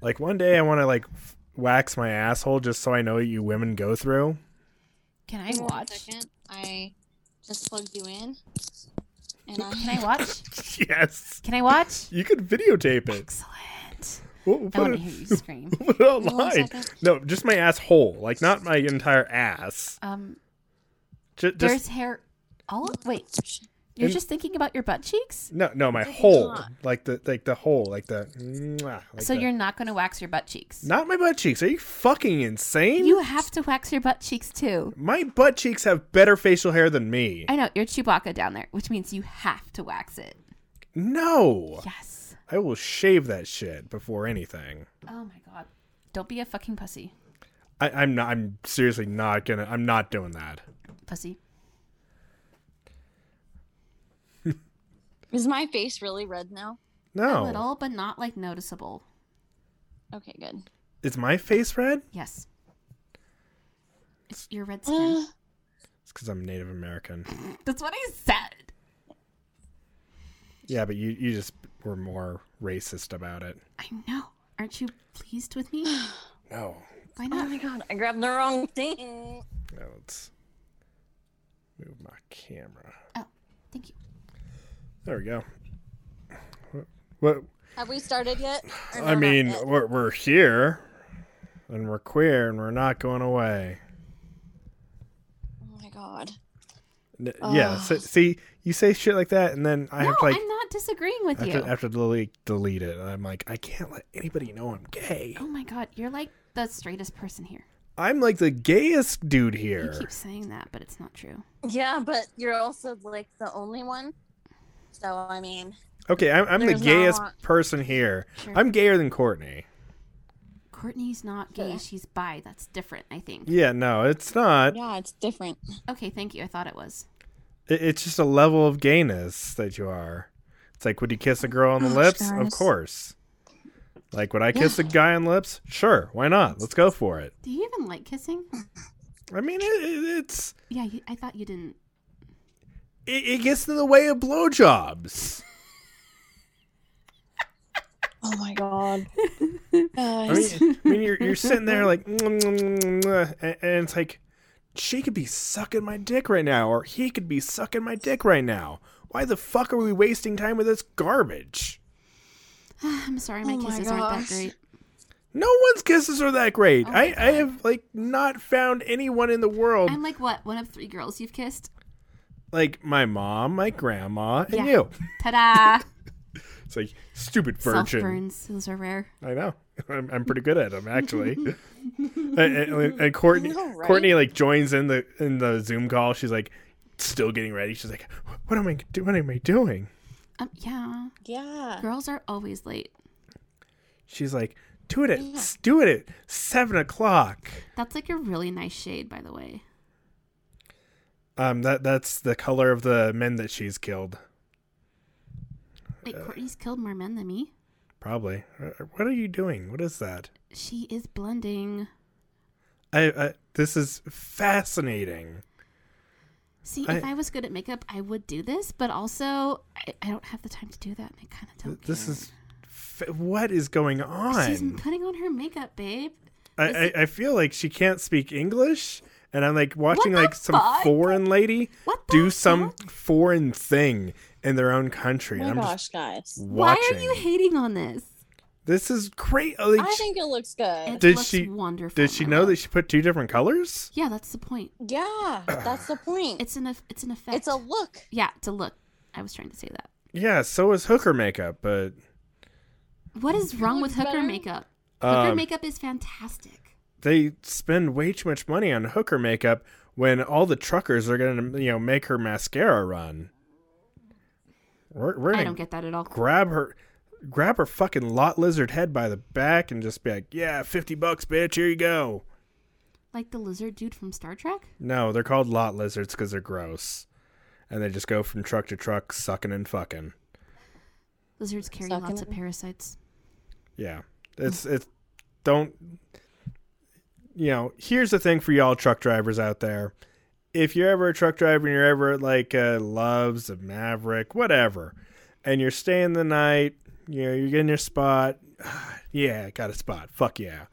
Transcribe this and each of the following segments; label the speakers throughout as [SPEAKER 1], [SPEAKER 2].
[SPEAKER 1] Like one day I want to like f- wax my asshole just so I know what you women go through.
[SPEAKER 2] Can I
[SPEAKER 3] Hang on one
[SPEAKER 2] watch?
[SPEAKER 3] second. I just plugged you in. And I,
[SPEAKER 2] Can I watch?
[SPEAKER 1] yes.
[SPEAKER 2] Can I watch?
[SPEAKER 1] You could videotape it.
[SPEAKER 2] Excellent.
[SPEAKER 1] We'll, we'll
[SPEAKER 2] I
[SPEAKER 1] put,
[SPEAKER 2] want to
[SPEAKER 1] it
[SPEAKER 2] hear you scream.
[SPEAKER 1] we'll put it
[SPEAKER 3] One
[SPEAKER 1] online.
[SPEAKER 3] second.
[SPEAKER 1] No, just my asshole. Like not my entire ass.
[SPEAKER 2] Um,
[SPEAKER 1] Ju-
[SPEAKER 2] there's
[SPEAKER 1] just
[SPEAKER 2] hair. All wait. You're
[SPEAKER 1] And-
[SPEAKER 2] just thinking about your butt cheeks.
[SPEAKER 1] no, no, my
[SPEAKER 3] It's
[SPEAKER 1] whole.
[SPEAKER 3] not.
[SPEAKER 1] Like the like the whole, like the. mwah, like
[SPEAKER 2] so
[SPEAKER 1] the-
[SPEAKER 2] you're not going to wax your butt cheeks.
[SPEAKER 1] not my butt cheeks. Are you fucking insane?
[SPEAKER 2] You have to wax your butt cheeks too.
[SPEAKER 1] My butt cheeks have better facial hair than me.
[SPEAKER 2] I know you're Chewbacca down there, which means you have to wax it.
[SPEAKER 1] No.
[SPEAKER 2] Yes.
[SPEAKER 1] I will shave that shit before anything.
[SPEAKER 2] Oh my god. Don't be a fucking pussy.
[SPEAKER 1] I, I'm not. I'm seriously not gonna. I'm not doing that.
[SPEAKER 2] Pussy.
[SPEAKER 3] Is my face really red now?
[SPEAKER 1] No.
[SPEAKER 2] A little, but not like noticeable.
[SPEAKER 3] Okay, good.
[SPEAKER 1] Is my face red?
[SPEAKER 2] Yes. It's your red skin.
[SPEAKER 1] It's because I'm Native American.
[SPEAKER 2] That's what I said.
[SPEAKER 1] Yeah, but you you just were more racist about it.
[SPEAKER 2] I know. Aren't you pleased with me?
[SPEAKER 1] No.
[SPEAKER 3] Oh
[SPEAKER 2] Why not?
[SPEAKER 3] my god, I grabbed the wrong thing.
[SPEAKER 1] No. Let's move my camera.
[SPEAKER 2] Oh, thank you.
[SPEAKER 1] There we go. What?
[SPEAKER 3] Have we started yet? Or no,
[SPEAKER 1] I
[SPEAKER 3] not
[SPEAKER 1] mean,
[SPEAKER 3] yet?
[SPEAKER 1] we're we're here, and we're queer, and we're not going away.
[SPEAKER 3] oh my god.
[SPEAKER 1] N- Yeah. So, see, you say shit like that, and then I
[SPEAKER 2] No,
[SPEAKER 1] have to, like
[SPEAKER 2] I'm not disagreeing with you.
[SPEAKER 1] after after delete delete it. And I'm like, I can't let anybody know I'm gay.
[SPEAKER 2] Oh my god, you're like the straightest person here.
[SPEAKER 1] I'm like the gayest dude
[SPEAKER 2] You
[SPEAKER 1] here.
[SPEAKER 2] keep saying that, but it's not true.
[SPEAKER 3] Yeah, but you're also like the only one. So I mean,
[SPEAKER 1] Okay, I'm, I'm the
[SPEAKER 3] There's not
[SPEAKER 1] gayest
[SPEAKER 3] a lot-
[SPEAKER 1] person here.
[SPEAKER 2] Sure.
[SPEAKER 1] I'm gayer than Courtney.
[SPEAKER 2] Courtney's not gay, she's bi. That's different, I think.
[SPEAKER 1] Yeah, no, it's not.
[SPEAKER 3] yeah, it's different.
[SPEAKER 2] Okay, thank you. I thought it was.
[SPEAKER 1] It, it's just a level of gayness that you are. It's like, would you kiss a girl on the
[SPEAKER 3] Oh,
[SPEAKER 1] lips? Of
[SPEAKER 3] Charles.
[SPEAKER 1] course. Like, would I kiss a guy on the lips? Sure, why not? Let's go for it.
[SPEAKER 2] Do you even like kissing?
[SPEAKER 1] I mean, it, it, it's
[SPEAKER 2] Yeah, you, I thought you didn't.
[SPEAKER 1] it, it gets in the way of blowjobs.
[SPEAKER 3] Oh my god.
[SPEAKER 1] I mean, I mean, you're you're sitting there like, "Mm, mm, mm, mm, mm," and, and it's like, she could be sucking my dick right now, or he could be sucking my dick right now. Why the fuck are we wasting time with this garbage?
[SPEAKER 2] I'm sorry, my
[SPEAKER 3] Oh my
[SPEAKER 2] kisses aren't
[SPEAKER 3] gosh.
[SPEAKER 2] that great.
[SPEAKER 1] No one's kisses are that great.
[SPEAKER 2] Oh
[SPEAKER 1] I,
[SPEAKER 2] my
[SPEAKER 1] I have like not found anyone in the world
[SPEAKER 2] I'm like what? One of three girls you've kissed?
[SPEAKER 1] like my mom, my grandma, and
[SPEAKER 2] Yeah.
[SPEAKER 1] you.
[SPEAKER 2] Ta-da!
[SPEAKER 1] It's like stupid
[SPEAKER 2] Self
[SPEAKER 1] virgin.
[SPEAKER 2] burns. Those are rare.
[SPEAKER 1] I know. I'm, I'm pretty good at them actually. and, and- and Courtney,
[SPEAKER 3] I know, right?
[SPEAKER 1] Courtney like joins in the in the Zoom call. She's like still getting ready. She's like, "What am I do? What am I doing?"
[SPEAKER 2] Um, yeah,
[SPEAKER 3] yeah. Oh
[SPEAKER 2] girls are always late.
[SPEAKER 1] She's like, "Do it at do it at seven o'clock."
[SPEAKER 2] That's like a really nice shade, by the way.
[SPEAKER 1] Um, that that's the color of the men that she's killed.
[SPEAKER 2] Like Courtney's killed more men than me.
[SPEAKER 1] Probably. Uh, What are you doing? What is that?
[SPEAKER 2] She is blending.
[SPEAKER 1] I, I this is fascinating.
[SPEAKER 2] See, if
[SPEAKER 1] I-
[SPEAKER 2] I was good at makeup, I would do this, but also I, I don't have the time to do that, and I kind of don't.
[SPEAKER 1] This
[SPEAKER 2] care.
[SPEAKER 1] is fa- what is going on.
[SPEAKER 2] She's putting on her makeup, babe.
[SPEAKER 1] I, I, I feel like she can't speak English, and I'm like watching
[SPEAKER 2] What the
[SPEAKER 1] like some
[SPEAKER 2] fuck?
[SPEAKER 1] foreign lady
[SPEAKER 2] What the
[SPEAKER 1] do some foreign thing in their own country.
[SPEAKER 3] Oh
[SPEAKER 1] and
[SPEAKER 3] my
[SPEAKER 1] I'm
[SPEAKER 3] gosh,
[SPEAKER 1] just
[SPEAKER 3] guys.
[SPEAKER 1] watching.
[SPEAKER 2] Why are you hating on this?
[SPEAKER 1] this is great. Like,
[SPEAKER 3] I
[SPEAKER 1] she-
[SPEAKER 3] think it looks good.
[SPEAKER 2] It
[SPEAKER 1] Did
[SPEAKER 2] looks
[SPEAKER 1] she-
[SPEAKER 2] wonderful.
[SPEAKER 1] did she
[SPEAKER 2] my
[SPEAKER 1] know
[SPEAKER 2] love.
[SPEAKER 1] that she put two different colors?
[SPEAKER 2] Yeah, that's the point.
[SPEAKER 3] Yeah, that's the point. It's,
[SPEAKER 2] It's an eff- it's an effect.
[SPEAKER 3] it's a look.
[SPEAKER 2] yeah. It's a look. I was trying to say that.
[SPEAKER 1] Yeah, so is hooker makeup, but
[SPEAKER 2] What is wrong with
[SPEAKER 3] looks
[SPEAKER 2] hooker
[SPEAKER 3] better.
[SPEAKER 2] makeup? hooker
[SPEAKER 1] um,
[SPEAKER 2] makeup is fantastic.
[SPEAKER 1] they spend way too much money on hooker makeup when all the truckers are gonna you know make her mascara run. We're, we're
[SPEAKER 2] I
[SPEAKER 1] gonna
[SPEAKER 2] don't get that at all.
[SPEAKER 1] grab her grab her fucking lot lizard head by the back and just be like, "Yeah, 50 bucks, bitch. Here you go."
[SPEAKER 2] Like the lizard dude from Star Trek.
[SPEAKER 1] No, they're called lot lizards cuz they're gross. And they just go from truck to truck sucking and fucking.
[SPEAKER 2] Lizards carry
[SPEAKER 3] Sucking
[SPEAKER 2] lots of
[SPEAKER 3] it.
[SPEAKER 2] parasites.
[SPEAKER 1] Yeah. It's it's don't you know, here's the thing for y'all truck drivers out there. If you're ever a truck driver and you're ever at like uh, Loves, a Maverick, whatever, and you're staying the night, you know, you're getting your spot, "Ah, yeah, got a spot. Fuck yeah.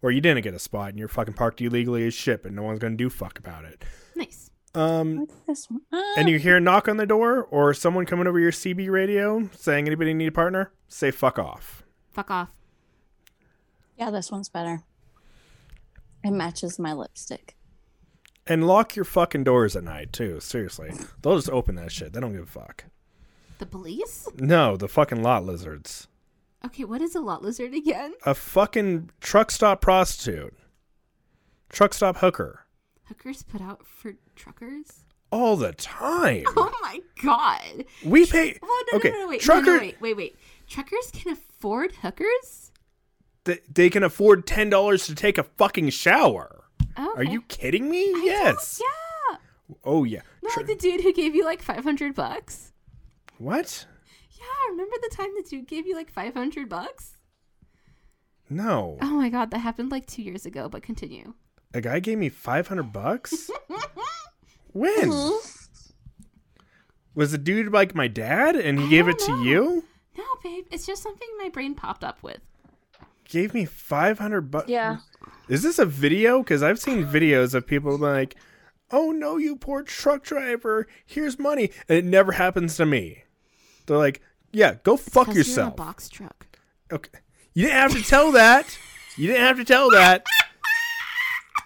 [SPEAKER 1] Or you didn't get a spot and you're fucking parked illegally as shit, and no one's gonna do fuck about it.
[SPEAKER 2] Nice.
[SPEAKER 1] Um,
[SPEAKER 3] Like this one.
[SPEAKER 1] and you hear a knock on the door or someone coming over your CB radio saying anybody need a partner, say fuck off.
[SPEAKER 2] Fuck off.
[SPEAKER 3] yeah, this one's better. It matches my lipstick.
[SPEAKER 1] And lock your fucking doors at night too. Seriously, they'll just open that shit. They don't give a fuck.
[SPEAKER 2] The police?
[SPEAKER 1] No, the fucking lot lizards.
[SPEAKER 2] Okay, what is a lot lizard again?
[SPEAKER 1] A fucking truck stop prostitute, truck stop hooker,
[SPEAKER 2] Hookers put out for truckers?
[SPEAKER 1] all the time.
[SPEAKER 2] Oh my god.
[SPEAKER 1] We pay.
[SPEAKER 2] Well, no,
[SPEAKER 1] okay,
[SPEAKER 2] no, no, no, wait.
[SPEAKER 1] trucker.
[SPEAKER 2] No, no, wait, wait, wait. Truckers can afford hookers?
[SPEAKER 1] th- they can afford ten dollars to take a fucking shower.
[SPEAKER 2] Oh, Okay.
[SPEAKER 1] Are you kidding me?
[SPEAKER 2] I don't-
[SPEAKER 1] yes.
[SPEAKER 2] Yeah.
[SPEAKER 1] Oh yeah.
[SPEAKER 2] Not
[SPEAKER 1] Tr-
[SPEAKER 2] like the dude who gave you like 500 bucks.
[SPEAKER 1] what?
[SPEAKER 2] Yeah, remember the time the dude gave you like 500 bucks?
[SPEAKER 1] No.
[SPEAKER 2] Oh my god, that happened like two years ago, but continue.
[SPEAKER 1] A guy gave me five hundred bucks. when Mm-hmm. was the dude like my dad, and he
[SPEAKER 2] I
[SPEAKER 1] gave it
[SPEAKER 2] don't
[SPEAKER 1] to
[SPEAKER 2] know.
[SPEAKER 1] you?
[SPEAKER 2] No, babe, it's just something my brain popped up with.
[SPEAKER 1] Gave me five hundred bucks.
[SPEAKER 3] Yeah.
[SPEAKER 1] Is this a video? Because I've seen videos of people like, "Oh no, you poor truck driver! Here's money," and it never happens to me. They're like, "Yeah, go fuck
[SPEAKER 2] 'Cause You're in a
[SPEAKER 1] yourself."
[SPEAKER 2] box truck.
[SPEAKER 1] Okay. You didn't have to tell that. You didn't have to tell that.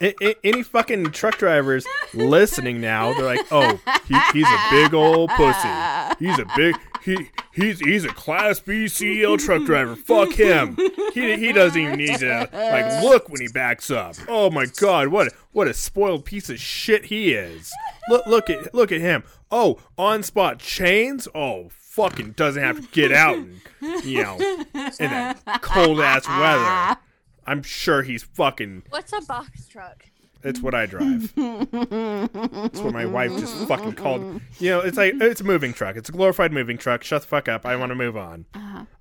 [SPEAKER 1] A- a- any fucking truck drivers listening now, they're like, "Oh, he, he's a big old pussy. He's a big he he's he's a class B CL truck driver. Fuck him. He he doesn't even need to like look when he backs up. Oh my god, what a- what a spoiled piece of shit he is. Look look at look at him. Oh, on spot chains. Oh, fucking doesn't have to get out and you know in that cold ass weather. I'm sure he's fucking.
[SPEAKER 3] What's a box truck?
[SPEAKER 1] It's what I drive. That's what my wife just fucking called. You know, it's like it's a moving truck. It's a glorified moving truck. Shut the fuck up. I want to move on.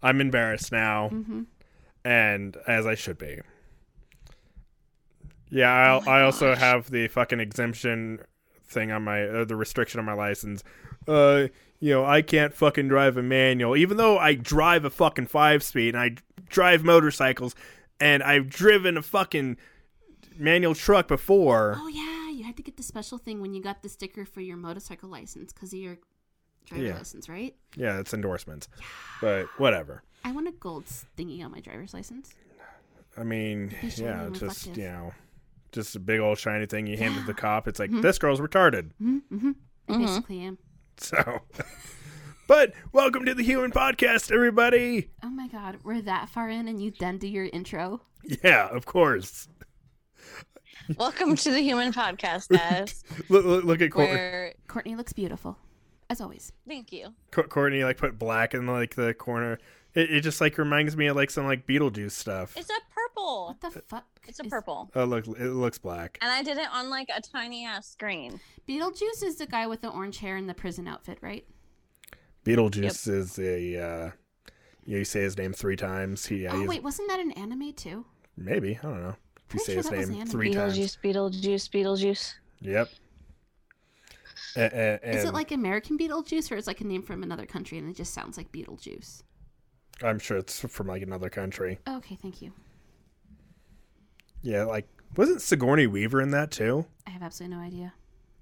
[SPEAKER 1] I'm embarrassed now, and as I should be. Yeah, I'll, I also have the fucking exemption thing on my uh, the restriction on my license. Uh, you know, I can't fucking drive a manual, even though I drive a fucking five speed and I drive motorcycles, and I've driven a fucking manual truck before.
[SPEAKER 2] Oh yeah, you had to get the special thing when you got the sticker for your motorcycle license because of your driver
[SPEAKER 1] Yeah.
[SPEAKER 2] license, right?
[SPEAKER 1] Yeah, it's endorsements, but whatever.
[SPEAKER 2] I want a gold thingy on my driver's license.
[SPEAKER 1] I mean,
[SPEAKER 2] Be shiny
[SPEAKER 1] yeah,
[SPEAKER 2] and
[SPEAKER 1] just
[SPEAKER 2] reflective.
[SPEAKER 1] you know, just a big old shiny thing you hand to the cop. It's like
[SPEAKER 2] Mm-hmm.
[SPEAKER 1] this girl's retarded.
[SPEAKER 2] I
[SPEAKER 3] Mm-hmm.
[SPEAKER 2] basically am.
[SPEAKER 1] So, but welcome to the Human Podcast, everybody.
[SPEAKER 2] Oh my god, we're that far in, and you then do your intro.
[SPEAKER 1] Yeah, of course.
[SPEAKER 3] Welcome to the Human Podcast, guys.
[SPEAKER 1] Look, look, look at Courtney.
[SPEAKER 3] where
[SPEAKER 2] Courtney looks beautiful, as always.
[SPEAKER 3] thank you.
[SPEAKER 1] Co- Courtney like put black in like the corner. It, it just like reminds me of like some like Beetlejuice stuff.
[SPEAKER 3] It's a purple.
[SPEAKER 2] What the
[SPEAKER 1] Uh,
[SPEAKER 2] fuck?
[SPEAKER 3] It's a
[SPEAKER 2] is-
[SPEAKER 3] purple.
[SPEAKER 1] Oh look, it looks black.
[SPEAKER 3] And I did it on like a tiny ass screen.
[SPEAKER 2] Beetlejuice is the guy with the orange hair and the prison outfit, right?
[SPEAKER 1] Beetlejuice is a. Uh, yeah, you say his name three times. He, yeah,
[SPEAKER 2] oh
[SPEAKER 1] he's-
[SPEAKER 2] wait, wasn't that an anime too?
[SPEAKER 1] maybe I don't know. If you
[SPEAKER 2] Pretty
[SPEAKER 1] say
[SPEAKER 2] sure
[SPEAKER 1] his
[SPEAKER 2] that was
[SPEAKER 1] name
[SPEAKER 2] anime.
[SPEAKER 1] three times,
[SPEAKER 3] Beetlejuice, Beetlejuice.
[SPEAKER 1] yep. A- a-
[SPEAKER 2] Is it
[SPEAKER 1] and
[SPEAKER 2] like American Beetlejuice, or is like a name from another country and it just sounds like Beetlejuice?
[SPEAKER 1] I'm sure it's from like another country.
[SPEAKER 2] Okay, thank you.
[SPEAKER 1] Yeah, like wasn't Sigourney Weaver in that too?
[SPEAKER 2] I have absolutely no idea.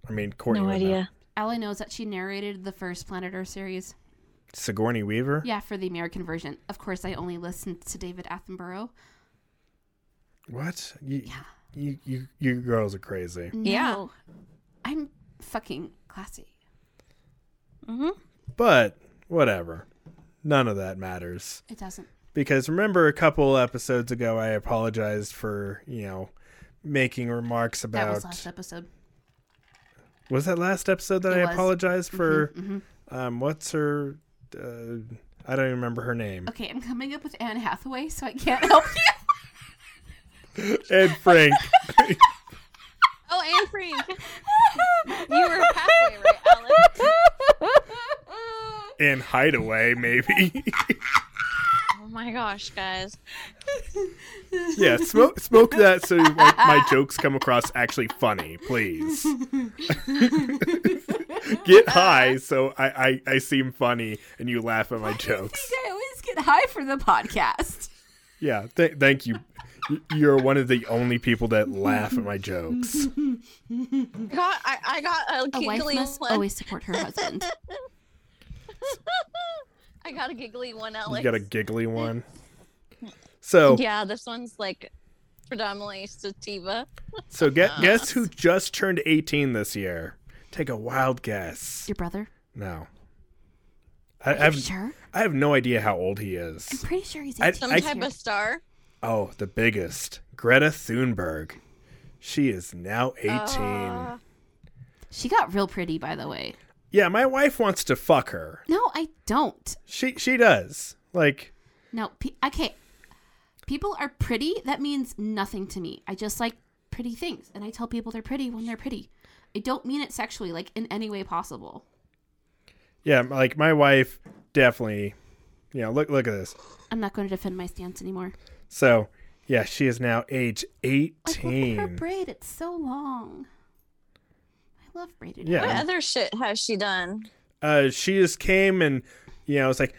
[SPEAKER 1] I mean, Courtney.
[SPEAKER 3] no
[SPEAKER 1] would know.
[SPEAKER 3] idea.
[SPEAKER 2] All I know is that she narrated the first Planet Earth series.
[SPEAKER 1] Sigourney Weaver.
[SPEAKER 2] Yeah, for the American version. Of course, I only listened to David Attenborough.
[SPEAKER 1] What? You, you, you, you girls are crazy.
[SPEAKER 3] Yeah.
[SPEAKER 2] No, I'm fucking classy.
[SPEAKER 1] But whatever. None of that matters
[SPEAKER 2] It doesn't.
[SPEAKER 1] because remember a couple episodes ago I apologized for you know making remarks about
[SPEAKER 2] That was last episode.
[SPEAKER 1] Was that last episode that
[SPEAKER 2] It
[SPEAKER 1] I
[SPEAKER 2] was. Mm-hmm,
[SPEAKER 1] apologized for? Um, what's her? Uh, I don't even remember her name.
[SPEAKER 2] Okay, I'm coming up with Anne Hathaway, so I can't help you.
[SPEAKER 1] Ed Frank.
[SPEAKER 3] Oh, and Frank. you were halfway right, Alex.
[SPEAKER 1] in Hideaway, maybe.
[SPEAKER 3] Oh my gosh, guys.
[SPEAKER 1] yeah, smoke smoke that so like, my jokes come across actually funny, please. Get high so I, I I seem funny and you laugh at my jokes.
[SPEAKER 2] I always get high for the podcast.
[SPEAKER 1] Yeah, th- thank you. Y- You're one of the only people that laugh at my jokes.
[SPEAKER 2] a
[SPEAKER 4] I got, I, I got a
[SPEAKER 2] wife
[SPEAKER 4] giggly
[SPEAKER 2] must
[SPEAKER 4] one.
[SPEAKER 2] always support her husband.
[SPEAKER 4] I got a giggly one, Alex.
[SPEAKER 1] You got a giggly one. So,
[SPEAKER 4] Yeah, this one's like predominantly sativa.
[SPEAKER 1] so gue- guess who just turned 18 this year? Take a wild guess.
[SPEAKER 2] Your brother?
[SPEAKER 1] No. I, I
[SPEAKER 2] Are you
[SPEAKER 1] have
[SPEAKER 2] sure?
[SPEAKER 1] I have no idea how old he
[SPEAKER 2] I'm
[SPEAKER 1] is.
[SPEAKER 2] pretty sure he's
[SPEAKER 1] I-
[SPEAKER 2] 18.
[SPEAKER 4] Some
[SPEAKER 1] I-
[SPEAKER 4] type of star.
[SPEAKER 1] Oh, the biggest. Greta Thunberg. She is now 18.
[SPEAKER 4] Uh,
[SPEAKER 2] She got real pretty, by the way.
[SPEAKER 1] yeah, my wife wants to fuck her.
[SPEAKER 2] No, I don't.
[SPEAKER 1] She she does. Like
[SPEAKER 2] No, pe- okay. People are pretty. That means nothing to me. I just like pretty things, and I tell people they're pretty when they're pretty. I don't mean it sexually, like in any way possible.
[SPEAKER 1] yeah, like my wife definitely you know, look look at this.
[SPEAKER 2] I'm not going to defend my stance anymore.
[SPEAKER 1] So, yeah, she is now age
[SPEAKER 2] Like, look at her
[SPEAKER 1] 18.
[SPEAKER 2] braid; it's so long. I love braided.
[SPEAKER 1] Yeah.
[SPEAKER 4] what
[SPEAKER 2] hair.
[SPEAKER 4] other shit has she done?
[SPEAKER 1] Uh she just came and you know, it's like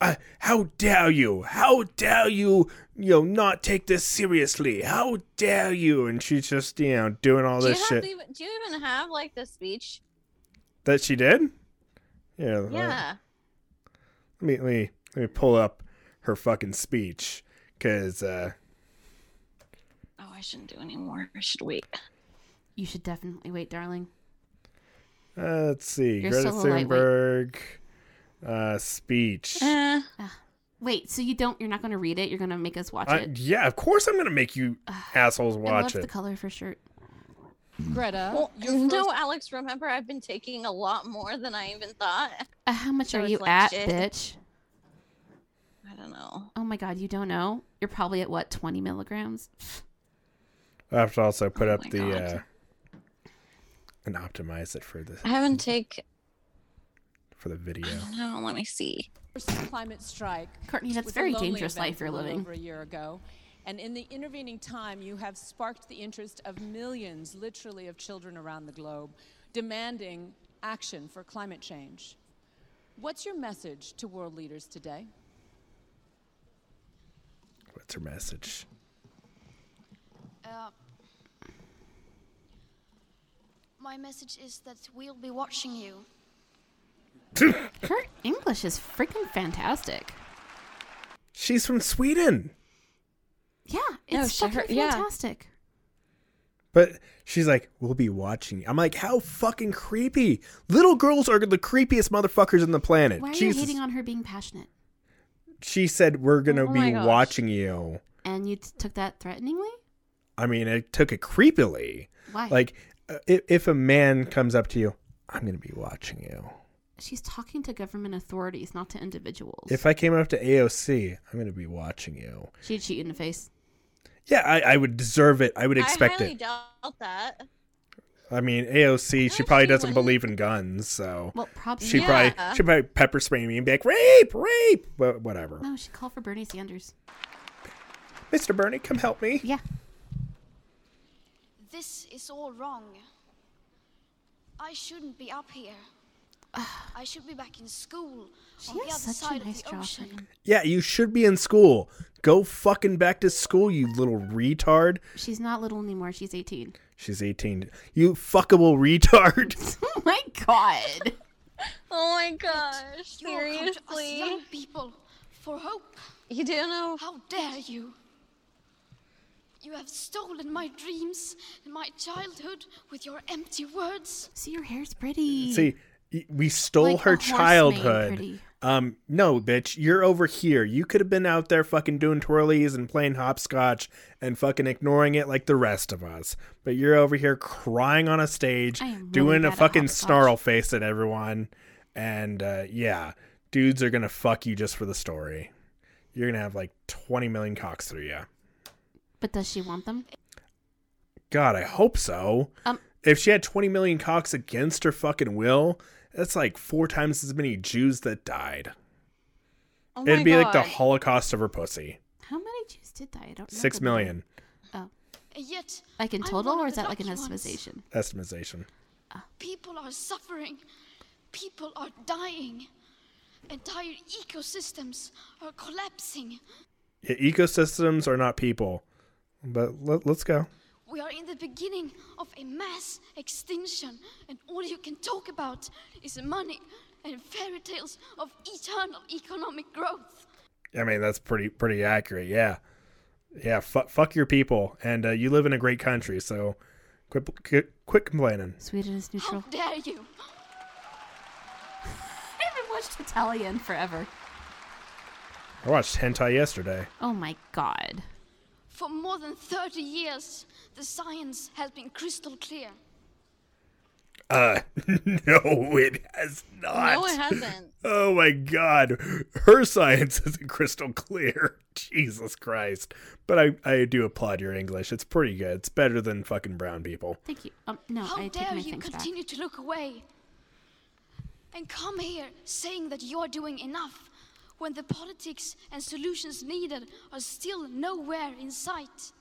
[SPEAKER 1] uh, how dare you? How dare you, you know, not take this seriously? How dare you? And she's just, you know, doing all
[SPEAKER 4] Do you,
[SPEAKER 1] this
[SPEAKER 4] have
[SPEAKER 1] shit.
[SPEAKER 4] even, do you even have like the speech?
[SPEAKER 1] That she did? Yeah. uh,
[SPEAKER 4] Yeah.
[SPEAKER 1] Let me, let me let me pull up her fucking speech because uh,
[SPEAKER 4] Oh, I shouldn't do any more. I should wait.
[SPEAKER 2] You should definitely wait, darling.
[SPEAKER 1] uh, let's see
[SPEAKER 2] You're
[SPEAKER 1] Greta
[SPEAKER 2] still a lightweight.
[SPEAKER 1] Thunberg uh, speech.
[SPEAKER 4] Eh,
[SPEAKER 2] Wait, so you don't? You're not going to read it. You're going to make us watch
[SPEAKER 1] I-
[SPEAKER 2] it.
[SPEAKER 1] yeah, of course I'm gonna make you assholes
[SPEAKER 2] I love
[SPEAKER 1] watch
[SPEAKER 2] the
[SPEAKER 1] it.
[SPEAKER 2] color of her shirt.
[SPEAKER 5] Greta,
[SPEAKER 4] well,
[SPEAKER 5] your first
[SPEAKER 4] no, Alex. Remember, I've been taking a lot more than I even thought.
[SPEAKER 2] Uh, how much
[SPEAKER 4] So
[SPEAKER 2] are
[SPEAKER 4] it's
[SPEAKER 2] you
[SPEAKER 4] like
[SPEAKER 2] at,
[SPEAKER 4] shit.
[SPEAKER 2] bitch?
[SPEAKER 4] I don't know.
[SPEAKER 2] Oh my god, you don't know? You're probably at what, 20 milligrams?
[SPEAKER 1] I have to also put
[SPEAKER 4] Oh
[SPEAKER 1] up
[SPEAKER 4] my
[SPEAKER 1] the
[SPEAKER 4] God.
[SPEAKER 1] uh, and optimize it for the
[SPEAKER 4] I haven't take.
[SPEAKER 1] for the video.
[SPEAKER 4] No, let me see.
[SPEAKER 5] climate strike
[SPEAKER 2] Courtney, that's
[SPEAKER 5] was a
[SPEAKER 2] very
[SPEAKER 5] lonely
[SPEAKER 2] dangerous
[SPEAKER 5] event
[SPEAKER 2] life you're
[SPEAKER 5] a little
[SPEAKER 2] living.
[SPEAKER 5] Over a year ago, and in the intervening time, you have sparked the interest of millions, literally, of children around the globe, demanding action for climate change. What's your message to world leaders today?
[SPEAKER 1] What's her message?
[SPEAKER 6] Uh, my message is that we'll be watching you.
[SPEAKER 2] Her English is freaking fantastic.
[SPEAKER 1] She's from Sweden,
[SPEAKER 2] Yeah,
[SPEAKER 4] No,
[SPEAKER 2] it's
[SPEAKER 4] she- her-
[SPEAKER 2] fucking
[SPEAKER 4] yeah.
[SPEAKER 2] fantastic.
[SPEAKER 1] but she's like, "We'll be watching." you." I'm like, "How fucking creepy! Little girls are the creepiest motherfuckers on the planet."
[SPEAKER 2] Why are
[SPEAKER 1] Jesus.
[SPEAKER 2] you hating on her being passionate?
[SPEAKER 1] she said we're gonna
[SPEAKER 4] Oh my
[SPEAKER 1] be
[SPEAKER 4] gosh.
[SPEAKER 1] watching you
[SPEAKER 2] And you t- took that threateningly?
[SPEAKER 1] i mean it took it creepily
[SPEAKER 2] Why?
[SPEAKER 1] like uh, if, if a man comes up to you i'm gonna be watching you
[SPEAKER 2] She's talking to government authorities, not to individuals.
[SPEAKER 1] if i came up to aoc i'm gonna be watching you
[SPEAKER 2] She'd shoot you in the face.
[SPEAKER 1] yeah i, I would deserve it i would
[SPEAKER 4] I
[SPEAKER 1] expect
[SPEAKER 4] highly
[SPEAKER 1] it
[SPEAKER 4] doubt that.
[SPEAKER 1] i mean aoc she
[SPEAKER 4] No,
[SPEAKER 1] probably
[SPEAKER 4] she
[SPEAKER 1] doesn't
[SPEAKER 4] wouldn't.
[SPEAKER 1] believe in guns so
[SPEAKER 2] Well, probably.
[SPEAKER 1] she
[SPEAKER 4] Yeah.
[SPEAKER 1] probably she probably pepper spray me and be like rape rape but whatever
[SPEAKER 2] No, she'd call for Bernie Sanders.
[SPEAKER 1] mr bernie come help me
[SPEAKER 2] Yeah.
[SPEAKER 6] This is all wrong. I shouldn't be up here. I should be back in school on
[SPEAKER 2] She
[SPEAKER 6] the
[SPEAKER 2] has
[SPEAKER 6] other
[SPEAKER 2] such
[SPEAKER 6] side
[SPEAKER 2] a nice
[SPEAKER 6] of the
[SPEAKER 2] jaw for
[SPEAKER 6] ocean.
[SPEAKER 2] him.
[SPEAKER 1] yeah you should be in school go fucking back to school you little retard
[SPEAKER 2] She's not little anymore. She's 18.
[SPEAKER 1] She's 18. You fuckable retard.
[SPEAKER 2] oh my god.
[SPEAKER 4] Oh my gosh!
[SPEAKER 6] You'll come to us
[SPEAKER 4] Seriously,
[SPEAKER 6] young people for hope.
[SPEAKER 4] you do know
[SPEAKER 6] How dare you? You have stolen my dreams and my childhood with your empty words.
[SPEAKER 2] See, your hair's pretty.
[SPEAKER 1] See, y- we stole
[SPEAKER 2] Like
[SPEAKER 1] her
[SPEAKER 2] a horse mane
[SPEAKER 1] childhood.
[SPEAKER 2] pretty.
[SPEAKER 1] Um, no, bitch, you're over here. You could have been out there fucking doing twirlies and playing hopscotch and fucking ignoring it like the rest of us. But you're over here crying on a stage,
[SPEAKER 2] I am really
[SPEAKER 1] doing
[SPEAKER 2] bad
[SPEAKER 1] a
[SPEAKER 2] at
[SPEAKER 1] fucking
[SPEAKER 2] hopscotch.
[SPEAKER 1] snarl face at everyone. And uh, yeah, dudes are gonna fuck you just for the story. You're gonna have like 20 million cocks through you.
[SPEAKER 2] But does she want them?
[SPEAKER 1] God, I hope so.
[SPEAKER 2] Um,
[SPEAKER 1] if she had 20 million cocks against her fucking will, that's like four times as many Jews that died.
[SPEAKER 4] Oh my
[SPEAKER 1] It'd be like the
[SPEAKER 4] God.
[SPEAKER 1] Holocaust of her pussy.
[SPEAKER 2] How many Jews did die? I don't know.
[SPEAKER 1] Six
[SPEAKER 2] the number.
[SPEAKER 1] million
[SPEAKER 2] Oh.
[SPEAKER 6] And yet,
[SPEAKER 2] Like in
[SPEAKER 6] I'm
[SPEAKER 2] total,
[SPEAKER 6] one
[SPEAKER 2] or
[SPEAKER 6] of
[SPEAKER 2] is
[SPEAKER 6] the
[SPEAKER 2] that like an
[SPEAKER 6] lucky ones.
[SPEAKER 2] estimation?
[SPEAKER 1] estimation.
[SPEAKER 6] People are suffering. People are dying. Entire ecosystems are collapsing.
[SPEAKER 1] E- ecosystems are not people. But let, let's go.
[SPEAKER 6] We are in the beginning of a mass extinction, and all you can talk about is money and fairy tales of eternal economic growth.
[SPEAKER 1] I mean, that's pretty pretty accurate. Yeah, yeah. Fuck, fuck your people, and uh, you live in a great country, so quit quit, quit complaining.
[SPEAKER 2] Sweden is
[SPEAKER 6] How
[SPEAKER 2] neutral.
[SPEAKER 6] dare you!
[SPEAKER 2] I haven't watched Italian forever.
[SPEAKER 1] I watched hentai yesterday.
[SPEAKER 2] Oh my god.
[SPEAKER 6] For more than 30 years, the science has been crystal clear.
[SPEAKER 1] Uh, no, it has not.
[SPEAKER 4] No, it hasn't.
[SPEAKER 1] Oh my god. Her science isn't crystal clear. Jesus Christ. But I, I do applaud your English. It's pretty good. It's better than fucking brown people.
[SPEAKER 2] Thank you. Um, no,
[SPEAKER 6] How
[SPEAKER 2] I take
[SPEAKER 6] dare
[SPEAKER 2] my
[SPEAKER 6] you
[SPEAKER 2] things
[SPEAKER 6] continue to look away and come here saying that you're doing enough when the politics and solutions needed are still nowhere in sight?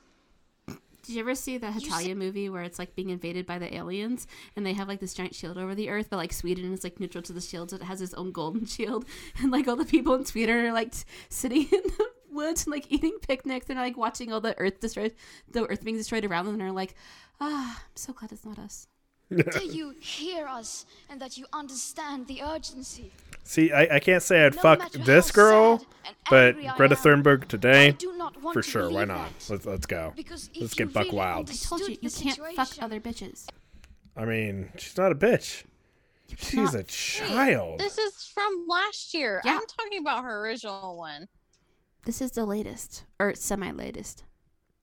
[SPEAKER 2] back. Did you ever see the Italian movie where it's like being invaded by the aliens and they have like this giant shield over the earth, but like Sweden is like neutral to the shield, so it has its own golden shield, and like all the people in Sweden are like t- sitting in the woods and like eating picnics and like watching all the earth destroyed, the earth being destroyed around them, and are like, ah, I'm so glad it's not us.
[SPEAKER 6] Dare you hear us and that you understand the urgency?
[SPEAKER 1] See, I, I can't say I'd
[SPEAKER 6] No
[SPEAKER 1] fuck
[SPEAKER 6] matter
[SPEAKER 1] this
[SPEAKER 6] how
[SPEAKER 1] girl,
[SPEAKER 6] sad and
[SPEAKER 1] but
[SPEAKER 6] angry I
[SPEAKER 1] Greta
[SPEAKER 6] am,
[SPEAKER 1] Thunberg
[SPEAKER 6] I
[SPEAKER 1] today,
[SPEAKER 6] do not want
[SPEAKER 1] Eh, for
[SPEAKER 6] to
[SPEAKER 1] sure. Why
[SPEAKER 6] believe
[SPEAKER 1] not?
[SPEAKER 6] that.
[SPEAKER 1] Let's, let's go.
[SPEAKER 6] Because if
[SPEAKER 1] Let's get
[SPEAKER 6] you
[SPEAKER 1] buck
[SPEAKER 6] really
[SPEAKER 1] wild.
[SPEAKER 6] understood
[SPEAKER 2] Told you,
[SPEAKER 6] the
[SPEAKER 2] you can't fuck
[SPEAKER 6] situation-
[SPEAKER 2] other bitches.
[SPEAKER 1] I mean, she's not a bitch. She's
[SPEAKER 2] cannot-
[SPEAKER 1] a child.
[SPEAKER 4] This is from last year.
[SPEAKER 2] Yeah.
[SPEAKER 4] I'm talking about her original one.
[SPEAKER 2] This is the latest, or semi latest.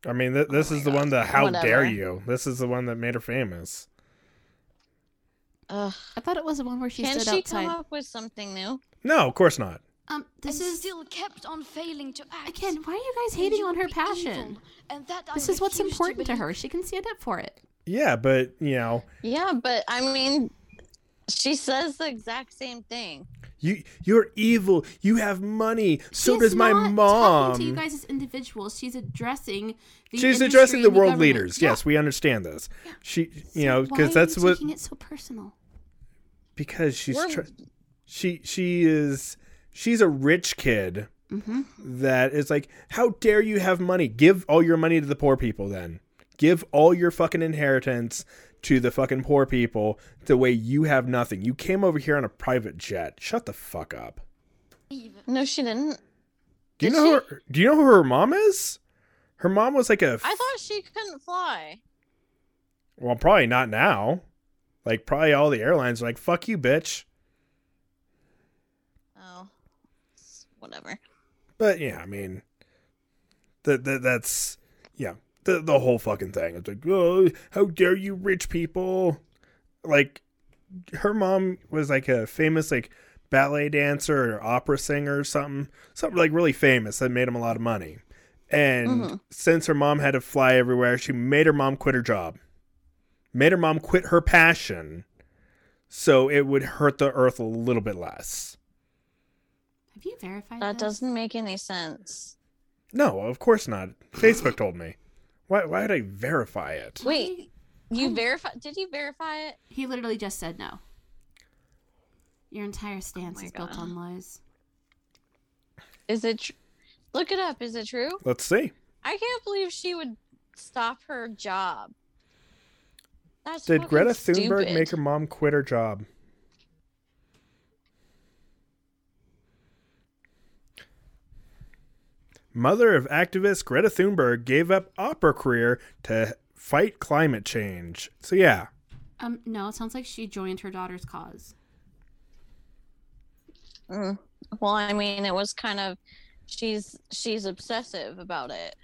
[SPEAKER 1] I mean, th- this
[SPEAKER 6] Oh
[SPEAKER 1] is the one that, how dare
[SPEAKER 4] Whatever.
[SPEAKER 1] you? This is the one that made her famous.
[SPEAKER 4] Ugh.
[SPEAKER 2] I thought it was the one where she
[SPEAKER 4] Can
[SPEAKER 2] stood
[SPEAKER 4] she
[SPEAKER 2] outside.
[SPEAKER 4] come up with something new?
[SPEAKER 1] No, of course not.
[SPEAKER 2] Um, this
[SPEAKER 6] and
[SPEAKER 2] is
[SPEAKER 6] still kept on failing to act.
[SPEAKER 2] again. Why are you guys
[SPEAKER 6] And
[SPEAKER 2] hating
[SPEAKER 6] you
[SPEAKER 2] on her
[SPEAKER 6] be evil,
[SPEAKER 2] passion?
[SPEAKER 6] and that I
[SPEAKER 2] This is what's
[SPEAKER 6] refuse
[SPEAKER 2] important to
[SPEAKER 6] believe.
[SPEAKER 2] her. She can stand up for it.
[SPEAKER 1] Yeah, but, you know,
[SPEAKER 4] Yeah, but I mean, she says the exact same thing.
[SPEAKER 1] You you're evil. You have money. So
[SPEAKER 2] She's
[SPEAKER 1] does my
[SPEAKER 2] not
[SPEAKER 1] mom.
[SPEAKER 2] Talking to you guys as individuals, she's addressing the.
[SPEAKER 1] She's
[SPEAKER 2] industry
[SPEAKER 1] addressing
[SPEAKER 2] and
[SPEAKER 1] the world
[SPEAKER 2] government.
[SPEAKER 1] leaders. Yes, we understand this. She, you know,
[SPEAKER 2] Why
[SPEAKER 1] because
[SPEAKER 2] are
[SPEAKER 1] that's
[SPEAKER 2] you
[SPEAKER 1] what
[SPEAKER 2] Taking it so personal.
[SPEAKER 1] because she's
[SPEAKER 4] We're-
[SPEAKER 1] tr- she she is she's a rich kid
[SPEAKER 2] Mm-hmm.
[SPEAKER 1] that is like, how dare you have money? Give all your money to the poor people. Then give all your fucking inheritance to the fucking poor people. The way you have nothing. You came over here on a private jet. Shut the fuck up.
[SPEAKER 4] No, she didn't.
[SPEAKER 1] Do you
[SPEAKER 4] Did
[SPEAKER 1] know who
[SPEAKER 4] she?
[SPEAKER 1] her, do you know who her mom is? Her mom was like a
[SPEAKER 4] I thought she couldn't fly.
[SPEAKER 1] well, probably not now. Like probably all the airlines are like fuck you, bitch.
[SPEAKER 4] Oh, it's- whatever.
[SPEAKER 1] But yeah, I mean, that that that's yeah the the whole fucking thing. It's like oh how dare you rich people? Like her mom was like a famous like ballet dancer or opera singer or something something like really famous that made him a lot of money. And since her mom had to fly everywhere, she made her mom quit her job. Made her mom quit her passion so it would hurt the earth a little bit less.
[SPEAKER 2] Have you verified
[SPEAKER 4] That
[SPEAKER 2] this?
[SPEAKER 4] doesn't make any sense.
[SPEAKER 1] No, of course not. Facebook told me. Why why would I verify it?
[SPEAKER 4] Wait, you verify? Did you verify it?
[SPEAKER 2] He literally just said no. Your entire stance
[SPEAKER 4] Oh my
[SPEAKER 2] is built
[SPEAKER 4] God.
[SPEAKER 2] on lies.
[SPEAKER 4] Is it? Tr- Look it up. Is it true?
[SPEAKER 1] Let's see.
[SPEAKER 4] I can't believe she would stop her job. That's
[SPEAKER 1] Did
[SPEAKER 4] fucking
[SPEAKER 1] Greta Thunberg
[SPEAKER 4] stupid.
[SPEAKER 1] make her mom quit her job? Mother of activist Greta Thunberg gave up opera career to fight climate change. So yeah,
[SPEAKER 2] Um, no, it sounds like she joined her daughter's cause.
[SPEAKER 4] Mm. Well, I mean, it was kind of she's she's obsessive about it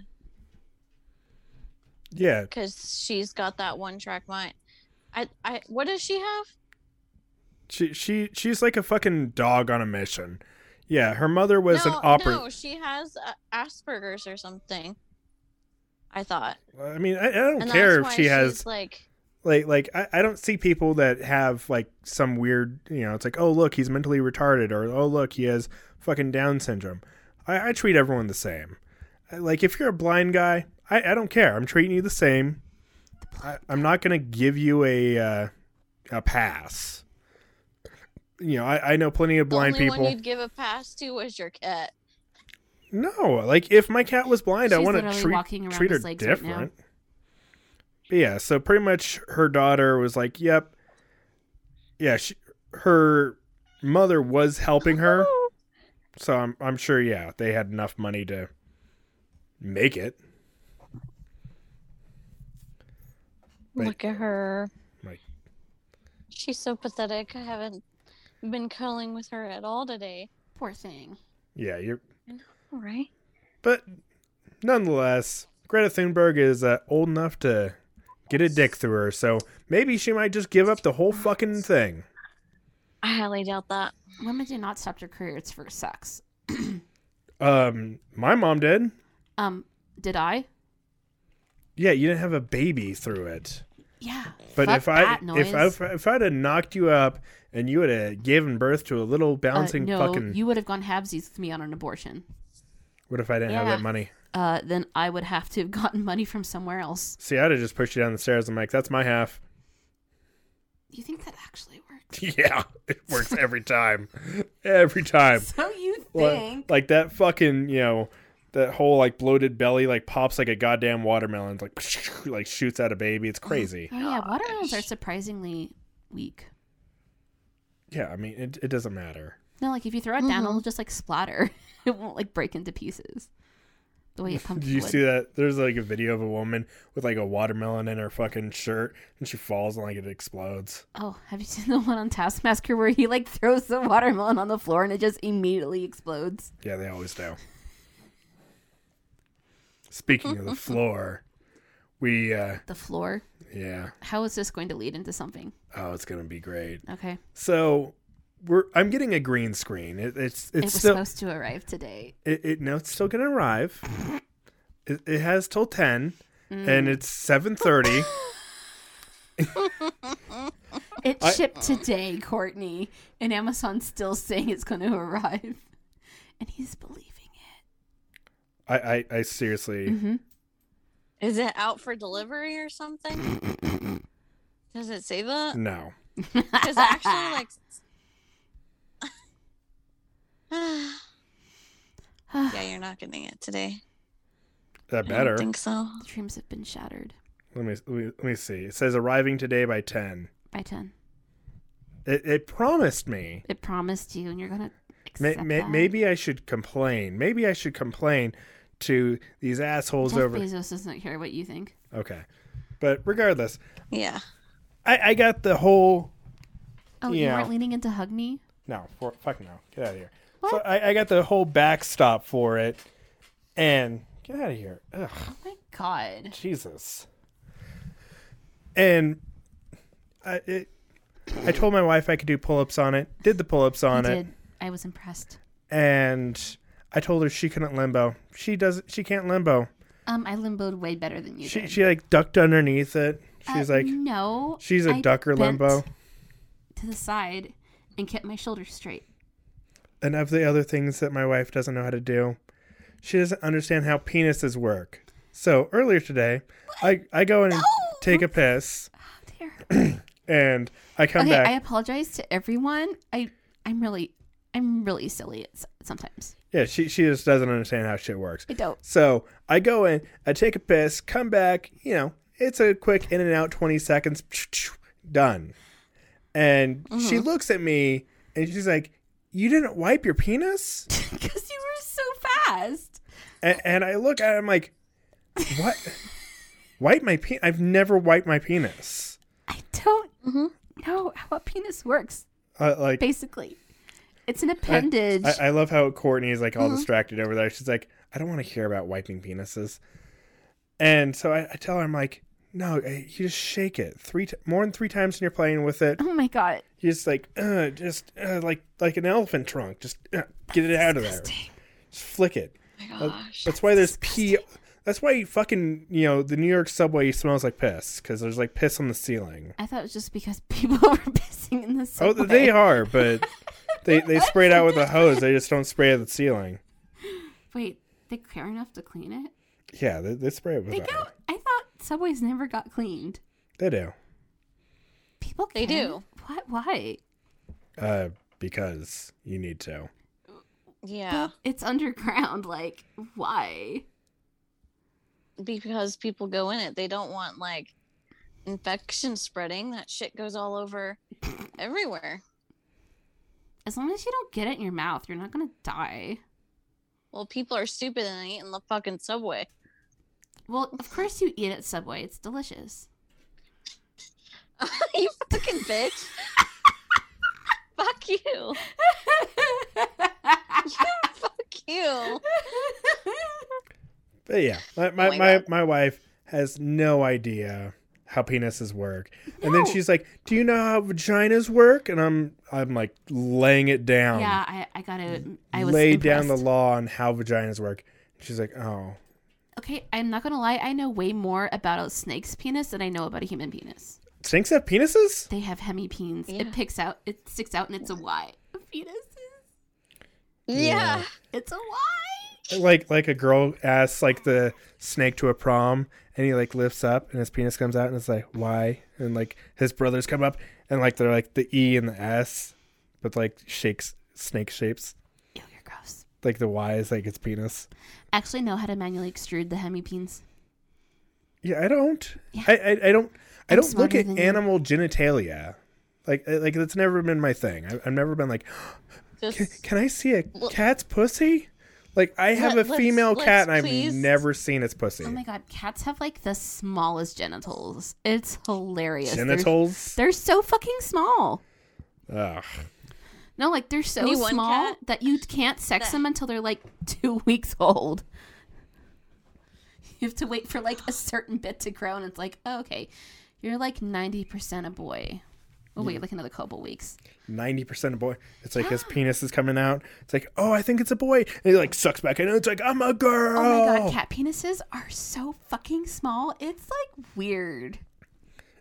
[SPEAKER 1] yeah.
[SPEAKER 4] because she's got that one track mind. I, I, what does she have?
[SPEAKER 1] She she she's like a fucking dog on a mission. Yeah, her mother was
[SPEAKER 4] no,
[SPEAKER 1] an opera.
[SPEAKER 4] no, she has uh, Asperger's or something. I thought.
[SPEAKER 1] I mean, I, I don't
[SPEAKER 4] and
[SPEAKER 1] care
[SPEAKER 4] that's
[SPEAKER 1] if
[SPEAKER 4] why
[SPEAKER 1] she has
[SPEAKER 4] she's like
[SPEAKER 1] like like I, I don't see people that have like some weird you know it's like oh look he's mentally retarded or oh look he has fucking down syndrome i, I treat everyone the same I- like if you're a blind guy i, I don't care i'm treating you the same I, i'm not gonna give you a uh, a pass you know I, I know plenty of blind
[SPEAKER 4] the only
[SPEAKER 1] people
[SPEAKER 4] one you'd give a pass to was your cat.
[SPEAKER 1] No, like if my cat was blind, I
[SPEAKER 2] She's
[SPEAKER 1] want to
[SPEAKER 2] literally walking
[SPEAKER 1] treat
[SPEAKER 2] around
[SPEAKER 1] treat her
[SPEAKER 2] his legs right now.
[SPEAKER 1] different. But yeah, so pretty much her daughter was like, "Yep, yeah." She, her mother was helping her, so I'm I'm sure. Yeah, they had enough money to make it. But-
[SPEAKER 4] Look at her.
[SPEAKER 1] Like,
[SPEAKER 4] She's so pathetic. I haven't been cuddling with her at all today.
[SPEAKER 2] Poor thing.
[SPEAKER 1] yeah, you're.
[SPEAKER 4] All right.
[SPEAKER 1] But nonetheless, Greta Thunberg is uh, old enough to get a dick through her, so maybe she might just give up the whole fucking thing.
[SPEAKER 4] I highly doubt that.
[SPEAKER 2] Women do not stop their careers for sex.
[SPEAKER 1] Um, my mom did.
[SPEAKER 2] Um, did I?
[SPEAKER 1] Yeah, you didn't have a baby through it.
[SPEAKER 2] Yeah.
[SPEAKER 1] But
[SPEAKER 2] Fuck
[SPEAKER 1] if I,
[SPEAKER 2] that
[SPEAKER 1] if I
[SPEAKER 2] noise.
[SPEAKER 1] if I'd have knocked you up and you would have given birth to a little
[SPEAKER 2] Uh,
[SPEAKER 1] bouncing
[SPEAKER 2] no,
[SPEAKER 1] fucking,
[SPEAKER 2] you would have gone halvesies with me on an abortion.
[SPEAKER 1] what if I didn't have
[SPEAKER 4] Yeah.
[SPEAKER 1] that money?
[SPEAKER 2] Uh, then I would have to have gotten money from somewhere else.
[SPEAKER 1] See, I'd have just pushed you down the stairs. I'm like, that's my half.
[SPEAKER 2] You think that actually works?
[SPEAKER 1] yeah, it works every time, every time.
[SPEAKER 2] So you
[SPEAKER 1] Like,
[SPEAKER 2] think?
[SPEAKER 1] like that fucking you know that whole like bloated belly like pops like a goddamn watermelon It's like like shoots out a baby. It's crazy.
[SPEAKER 2] Oh yeah, watermelons are surprisingly weak.
[SPEAKER 1] yeah, I mean it it doesn't matter.
[SPEAKER 2] No, like if you throw it down, it'll just like splatter. It won't like break into pieces. The way a
[SPEAKER 1] Did
[SPEAKER 2] pumpkin
[SPEAKER 1] you
[SPEAKER 2] would.
[SPEAKER 1] see that? There's like a video of a woman with like a watermelon in her fucking shirt, and she falls and like it explodes.
[SPEAKER 2] Oh, have you seen the one on Taskmaster where he like throws the watermelon on the floor and it just immediately explodes?
[SPEAKER 1] Yeah, they always do. Speaking of the floor, we uh
[SPEAKER 2] The floor.
[SPEAKER 1] yeah,
[SPEAKER 2] How is this going to lead into something?
[SPEAKER 1] oh, it's gonna be great.
[SPEAKER 2] Okay,
[SPEAKER 1] So we're I'm getting a green screen. It, it's
[SPEAKER 2] it
[SPEAKER 1] it's
[SPEAKER 2] was
[SPEAKER 1] still
[SPEAKER 2] supposed to arrive today.
[SPEAKER 1] it, it no, it's still gonna arrive. It, it has till ten,
[SPEAKER 2] Mm.
[SPEAKER 1] and it's seven thirty.
[SPEAKER 2] It shipped today, Courtney, and Amazon's still saying it's going to arrive, and he's believing it.
[SPEAKER 1] I, I I seriously
[SPEAKER 2] Mm-hmm.
[SPEAKER 4] Is it out for delivery or something? Does it say that?
[SPEAKER 1] no.
[SPEAKER 4] Because actually, like, yeah, you're not getting it today.
[SPEAKER 1] That
[SPEAKER 4] I
[SPEAKER 1] better.
[SPEAKER 4] don't think so.
[SPEAKER 2] The dreams have been shattered
[SPEAKER 1] Let me let me, let me see. It says arriving today by ten.
[SPEAKER 2] by ten.
[SPEAKER 1] It, it promised me.
[SPEAKER 2] It promised you, and you're going to
[SPEAKER 1] May,
[SPEAKER 2] accept
[SPEAKER 1] may,
[SPEAKER 2] that.
[SPEAKER 1] maybe I should complain. Maybe I should complain to these assholes
[SPEAKER 2] Jeff
[SPEAKER 1] over.
[SPEAKER 2] Bezos doesn't care what you think.
[SPEAKER 1] Okay, but regardless,
[SPEAKER 4] Yeah.
[SPEAKER 1] I, I got the whole
[SPEAKER 2] Oh, you
[SPEAKER 1] Yeah.
[SPEAKER 2] weren't leaning in to hug me.
[SPEAKER 1] no. For, fuck no, get out of here. So I, I got the whole backstop for it, and get out of here. Ugh.
[SPEAKER 2] Oh my god.
[SPEAKER 1] Jesus. And I it, I told my wife I could do pull-ups on it. Did the pull-ups on
[SPEAKER 2] I
[SPEAKER 1] it,
[SPEAKER 2] did. I was impressed.
[SPEAKER 1] and I told her she couldn't limbo. She does. She can't limbo.
[SPEAKER 2] Um, I limboed way better than you
[SPEAKER 1] She
[SPEAKER 2] did.
[SPEAKER 1] she like ducked underneath it. She's
[SPEAKER 2] Uh,
[SPEAKER 1] like
[SPEAKER 2] no.
[SPEAKER 1] she's a
[SPEAKER 2] I
[SPEAKER 1] ducker
[SPEAKER 2] bent
[SPEAKER 1] limbo.
[SPEAKER 2] To the side, and kept my shoulders straight. mm-hmm.
[SPEAKER 1] And of the other things that my wife doesn't know how to do, she doesn't understand how penises work. So earlier today, I I go in and
[SPEAKER 2] Oh,
[SPEAKER 1] take a piss,
[SPEAKER 2] How dare.
[SPEAKER 1] and I come
[SPEAKER 2] okay,
[SPEAKER 1] back.
[SPEAKER 2] I apologize to everyone. I I'm really I'm really silly at s- sometimes.
[SPEAKER 1] Yeah, she she just doesn't understand how shit works.
[SPEAKER 2] I don't.
[SPEAKER 1] So I go in, I take a piss, come back, you know, it's a quick in and out, 20 seconds, done. And she looks at me and she's like, You didn't wipe your penis?
[SPEAKER 2] Because you were so fast.
[SPEAKER 1] and, and I look at it, I'm like, What? wipe my penis? I've never wiped my penis.
[SPEAKER 2] I don't know how a penis works.
[SPEAKER 1] Uh, like,
[SPEAKER 2] Basically, it's an
[SPEAKER 1] I-
[SPEAKER 2] appendage. Mm-hmm.
[SPEAKER 1] I, I love how Courtney is like all distracted over there. She's like, I don't want to hear about wiping penises. And so I, I tell her, I'm like, no, eh, you just shake it three t- more than three times when you're playing with it.
[SPEAKER 2] oh my god.
[SPEAKER 1] You just like, uh, just uh, like like an elephant trunk, just uh, get it out of there, just flick it. Uh, that's why there's pee. That's why fucking you know the New York subway smells like piss because there's like piss on the ceiling.
[SPEAKER 2] I thought it was just because people were pissing in the subway.
[SPEAKER 1] Oh, th- they are, but they they spray it out with a hose. They just don't spray at the ceiling.
[SPEAKER 2] Wait, they care enough to clean it?
[SPEAKER 1] Yeah, they, they spray it with
[SPEAKER 2] They
[SPEAKER 1] a
[SPEAKER 2] go.
[SPEAKER 1] hose.
[SPEAKER 2] I thought subways never got cleaned.
[SPEAKER 1] They do.
[SPEAKER 2] People.
[SPEAKER 4] They
[SPEAKER 2] can?
[SPEAKER 4] do.
[SPEAKER 2] What? Why?
[SPEAKER 1] Uh, because you need to.
[SPEAKER 4] Yeah,
[SPEAKER 2] It's underground. Like, why?
[SPEAKER 4] because people go in it. They don't want like infection spreading. That shit goes all over everywhere.
[SPEAKER 2] As long as you don't get it in your mouth, you're not gonna die.
[SPEAKER 4] Well, people are stupid and they eat in the fucking subway.
[SPEAKER 2] Well, of course you eat at Subway. It's delicious.
[SPEAKER 4] you fucking bitch. Fuck you. Fuck you.
[SPEAKER 1] But yeah,
[SPEAKER 2] Oh
[SPEAKER 1] my my,
[SPEAKER 4] my
[SPEAKER 1] my,
[SPEAKER 4] God.
[SPEAKER 1] my wife has no idea how penises work, and then she's like, "Do you know how vaginas work?" And I'm I'm like laying it down,
[SPEAKER 2] yeah, I, I gotta. I was
[SPEAKER 1] lay down the
[SPEAKER 2] impressed.
[SPEAKER 1] law on how vaginas work. She's like, "Oh,
[SPEAKER 2] Okay, I'm not gonna lie. I know way more about a snake's penis than I know about a human penis.
[SPEAKER 1] snakes have penises?"
[SPEAKER 2] They have hemipenes. It
[SPEAKER 4] Yeah.
[SPEAKER 2] picks out. It sticks out, and it's a Y. A penis. is-
[SPEAKER 4] Yeah.
[SPEAKER 2] It's a Y.
[SPEAKER 1] Like like a girl asks like the snake to a prom, and he like lifts up, and his penis comes out, and it's like, "Why?" And like his brothers come up, and like they're like the E and the S, but like shakes snake shapes.
[SPEAKER 2] Ew, you're gross.
[SPEAKER 1] Like the Y is like its penis.
[SPEAKER 2] Actually, know how to manually extrude the hemipenes.
[SPEAKER 1] Yeah, I don't. I, I I don't. I
[SPEAKER 2] I'm
[SPEAKER 1] don't look
[SPEAKER 2] smarter
[SPEAKER 1] at
[SPEAKER 2] than you.
[SPEAKER 1] animal genitalia. Like like that's never been my thing. I, I've never been like, can,
[SPEAKER 4] Just
[SPEAKER 1] can I see a cat's pussy? Like I have
[SPEAKER 4] Let-
[SPEAKER 1] a
[SPEAKER 4] let's-
[SPEAKER 1] female
[SPEAKER 4] let's
[SPEAKER 1] cat and
[SPEAKER 4] please-
[SPEAKER 1] I've never seen its pussy.
[SPEAKER 2] Oh my god, cats have like the smallest genitals. It's hilarious. They're-
[SPEAKER 1] Genitals.
[SPEAKER 2] They're, so fucking small.
[SPEAKER 1] Ugh.
[SPEAKER 2] No, like they're so
[SPEAKER 4] Any one
[SPEAKER 2] small
[SPEAKER 4] cat?
[SPEAKER 2] that you can't sex them until they're like two weeks old. You have to wait for like a certain bit to grow, and it's like, oh, okay, you're like ninety percent a boy. Oh wait, like another couple weeks.
[SPEAKER 1] Ninety percent of boy. It's like his penis is coming out. It's like, oh, I think it's a boy. And he like sucks back in. and It's like I'm a girl.
[SPEAKER 2] Oh my god, cat penises are so fucking small. It's like weird.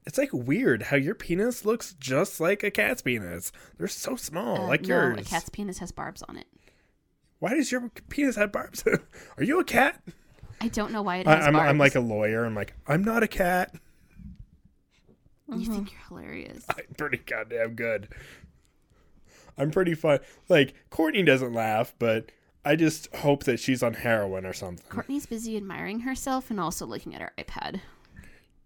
[SPEAKER 1] It's like weird how your penis looks just like a cat's penis. They're so small,
[SPEAKER 2] Uh,
[SPEAKER 1] Oh, like
[SPEAKER 2] no,
[SPEAKER 1] yours.
[SPEAKER 2] a cat's penis has barbs on it.
[SPEAKER 1] Why does your penis have barbs? Are you a cat?
[SPEAKER 2] I don't know why it has
[SPEAKER 1] I, I'm,
[SPEAKER 2] barbs.
[SPEAKER 1] I'm like a lawyer. I'm like, I'm not a cat.
[SPEAKER 2] You think you're hilarious.
[SPEAKER 1] I'm pretty goddamn good. I'm pretty fun. Like, Courtney doesn't laugh, but I just hope that she's on heroin or something.
[SPEAKER 2] Courtney's busy admiring herself and also looking at her iPad.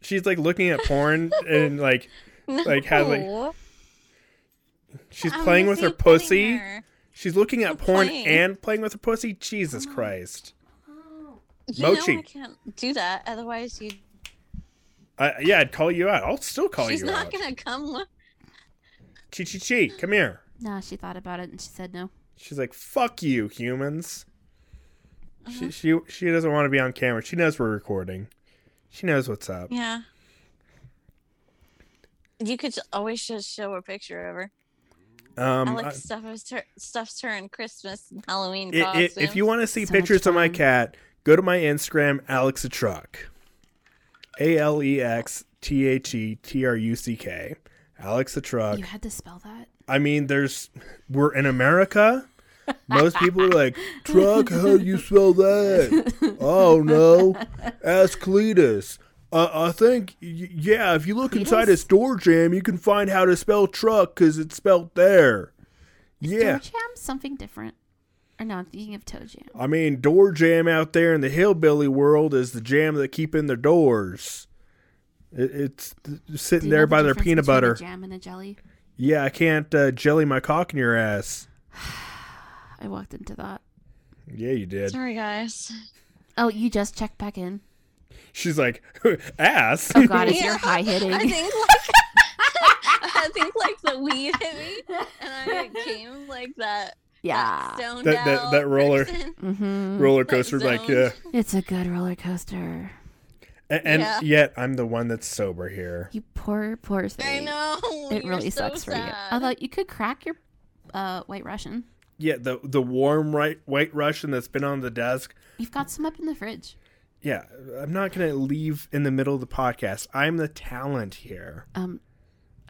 [SPEAKER 1] She's like looking at porn and like, like how like
[SPEAKER 4] No.
[SPEAKER 1] she's
[SPEAKER 4] I'm
[SPEAKER 1] playing with her
[SPEAKER 4] busy putting
[SPEAKER 1] pussy.
[SPEAKER 4] her-
[SPEAKER 1] She's looking at porn
[SPEAKER 4] playing. Uh-huh.
[SPEAKER 1] and playing with her pussy. Jesus Christ!
[SPEAKER 4] You know
[SPEAKER 1] Mochi.
[SPEAKER 4] I can't do that. Otherwise, you.
[SPEAKER 1] I, yeah, I'd call you out. I'll still call
[SPEAKER 4] She's
[SPEAKER 1] you
[SPEAKER 4] not
[SPEAKER 1] Oh, out.
[SPEAKER 4] gonna come. with-
[SPEAKER 1] Chi chi chi, come here.
[SPEAKER 2] Nah, she thought about it and she said no.
[SPEAKER 1] She's like, "Fuck you, humans."
[SPEAKER 4] Uh-huh.
[SPEAKER 1] She she she doesn't want to be on camera. She knows we're recording. She knows what's up.
[SPEAKER 4] Yeah. You could j- always just show a picture of her. I
[SPEAKER 1] Um,
[SPEAKER 4] like
[SPEAKER 1] I-
[SPEAKER 4] to stuff her, stuffs her in Christmas and Halloween
[SPEAKER 1] i- i-
[SPEAKER 4] costumes.
[SPEAKER 1] if you want to see
[SPEAKER 2] So much
[SPEAKER 1] pictures of my
[SPEAKER 2] fun.
[SPEAKER 1] cat, go to my Instagram, Alex a Truck, A L E X T H E T R U C K, Alex a Truck.
[SPEAKER 2] You had to spell that?
[SPEAKER 1] I mean, there's we're in America. Most people are like, truck, how do you spell that? Oh no, ask Cletus. Uh, I think, y- yeah, if you look inside a store jam, you can find how to spell truck because it's spelled there.
[SPEAKER 2] Door
[SPEAKER 1] Yeah,
[SPEAKER 2] jam? Something different. Or no, I'm thinking of toe jam.
[SPEAKER 1] I mean, door jam out there in the hillbilly world is the jam that keep in their doors. It, it's th-
[SPEAKER 2] Do
[SPEAKER 1] sitting
[SPEAKER 2] you
[SPEAKER 1] there
[SPEAKER 2] know the
[SPEAKER 1] by their
[SPEAKER 2] difference
[SPEAKER 1] peanut
[SPEAKER 2] between a
[SPEAKER 1] butter.
[SPEAKER 2] jam and a jelly.
[SPEAKER 1] Yeah, I can't uh, jelly my cock in your ass.
[SPEAKER 2] I walked into that.
[SPEAKER 1] Yeah, you did.
[SPEAKER 4] Sorry, guys.
[SPEAKER 2] Oh, you just checked back in.
[SPEAKER 1] She's like, ass.
[SPEAKER 2] Oh god, is your high
[SPEAKER 4] I
[SPEAKER 2] hitting?
[SPEAKER 4] think like I think like the weed hit me, and I became like that.
[SPEAKER 2] Yeah.
[SPEAKER 4] Stoned
[SPEAKER 1] That- that-
[SPEAKER 4] out
[SPEAKER 1] that roller-
[SPEAKER 4] person.
[SPEAKER 2] Mm-hmm.
[SPEAKER 1] Roller coaster, like,
[SPEAKER 4] zoned.
[SPEAKER 1] yeah.
[SPEAKER 2] It's a good roller coaster.
[SPEAKER 1] And, and
[SPEAKER 4] Yeah.
[SPEAKER 1] yet, I'm the one that's sober here.
[SPEAKER 2] You poor, poor thing.
[SPEAKER 4] I know.
[SPEAKER 2] It
[SPEAKER 4] you're
[SPEAKER 2] really
[SPEAKER 4] so
[SPEAKER 2] sucks for you.
[SPEAKER 4] sad.
[SPEAKER 2] Although you could crack your uh, white Russian.
[SPEAKER 1] Yeah, the the warm right, white Russian that's been on the desk.
[SPEAKER 2] You've got some up in the fridge.
[SPEAKER 1] Yeah, I'm not gonna leave in the middle of the podcast. I'm the talent here.
[SPEAKER 2] Um,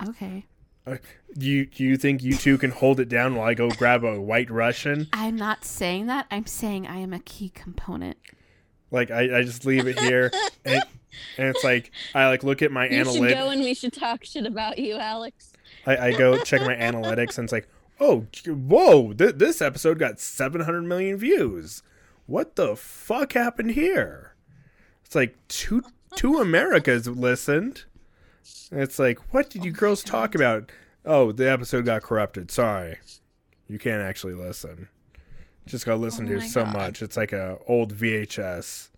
[SPEAKER 2] okay.
[SPEAKER 1] Uh, You you think you two can hold it down while I go grab a white Russian?
[SPEAKER 2] I'm not saying that. I'm saying I am a key component.
[SPEAKER 1] Like I, I just leave it here, and, and it's like I like look at my
[SPEAKER 4] you should
[SPEAKER 1] analytics.
[SPEAKER 4] go and we should talk shit about you, Alex.
[SPEAKER 1] I, I go check my analytics, and it's like Oh, j- whoa! Th- this episode got 700 million views. What the fuck happened here? It's like two two Americas listened. And it's like, what did you girls talk about? Oh, the episode got corrupted. Sorry, you can't actually listen. Just got listened to so much. It's like a old VHS.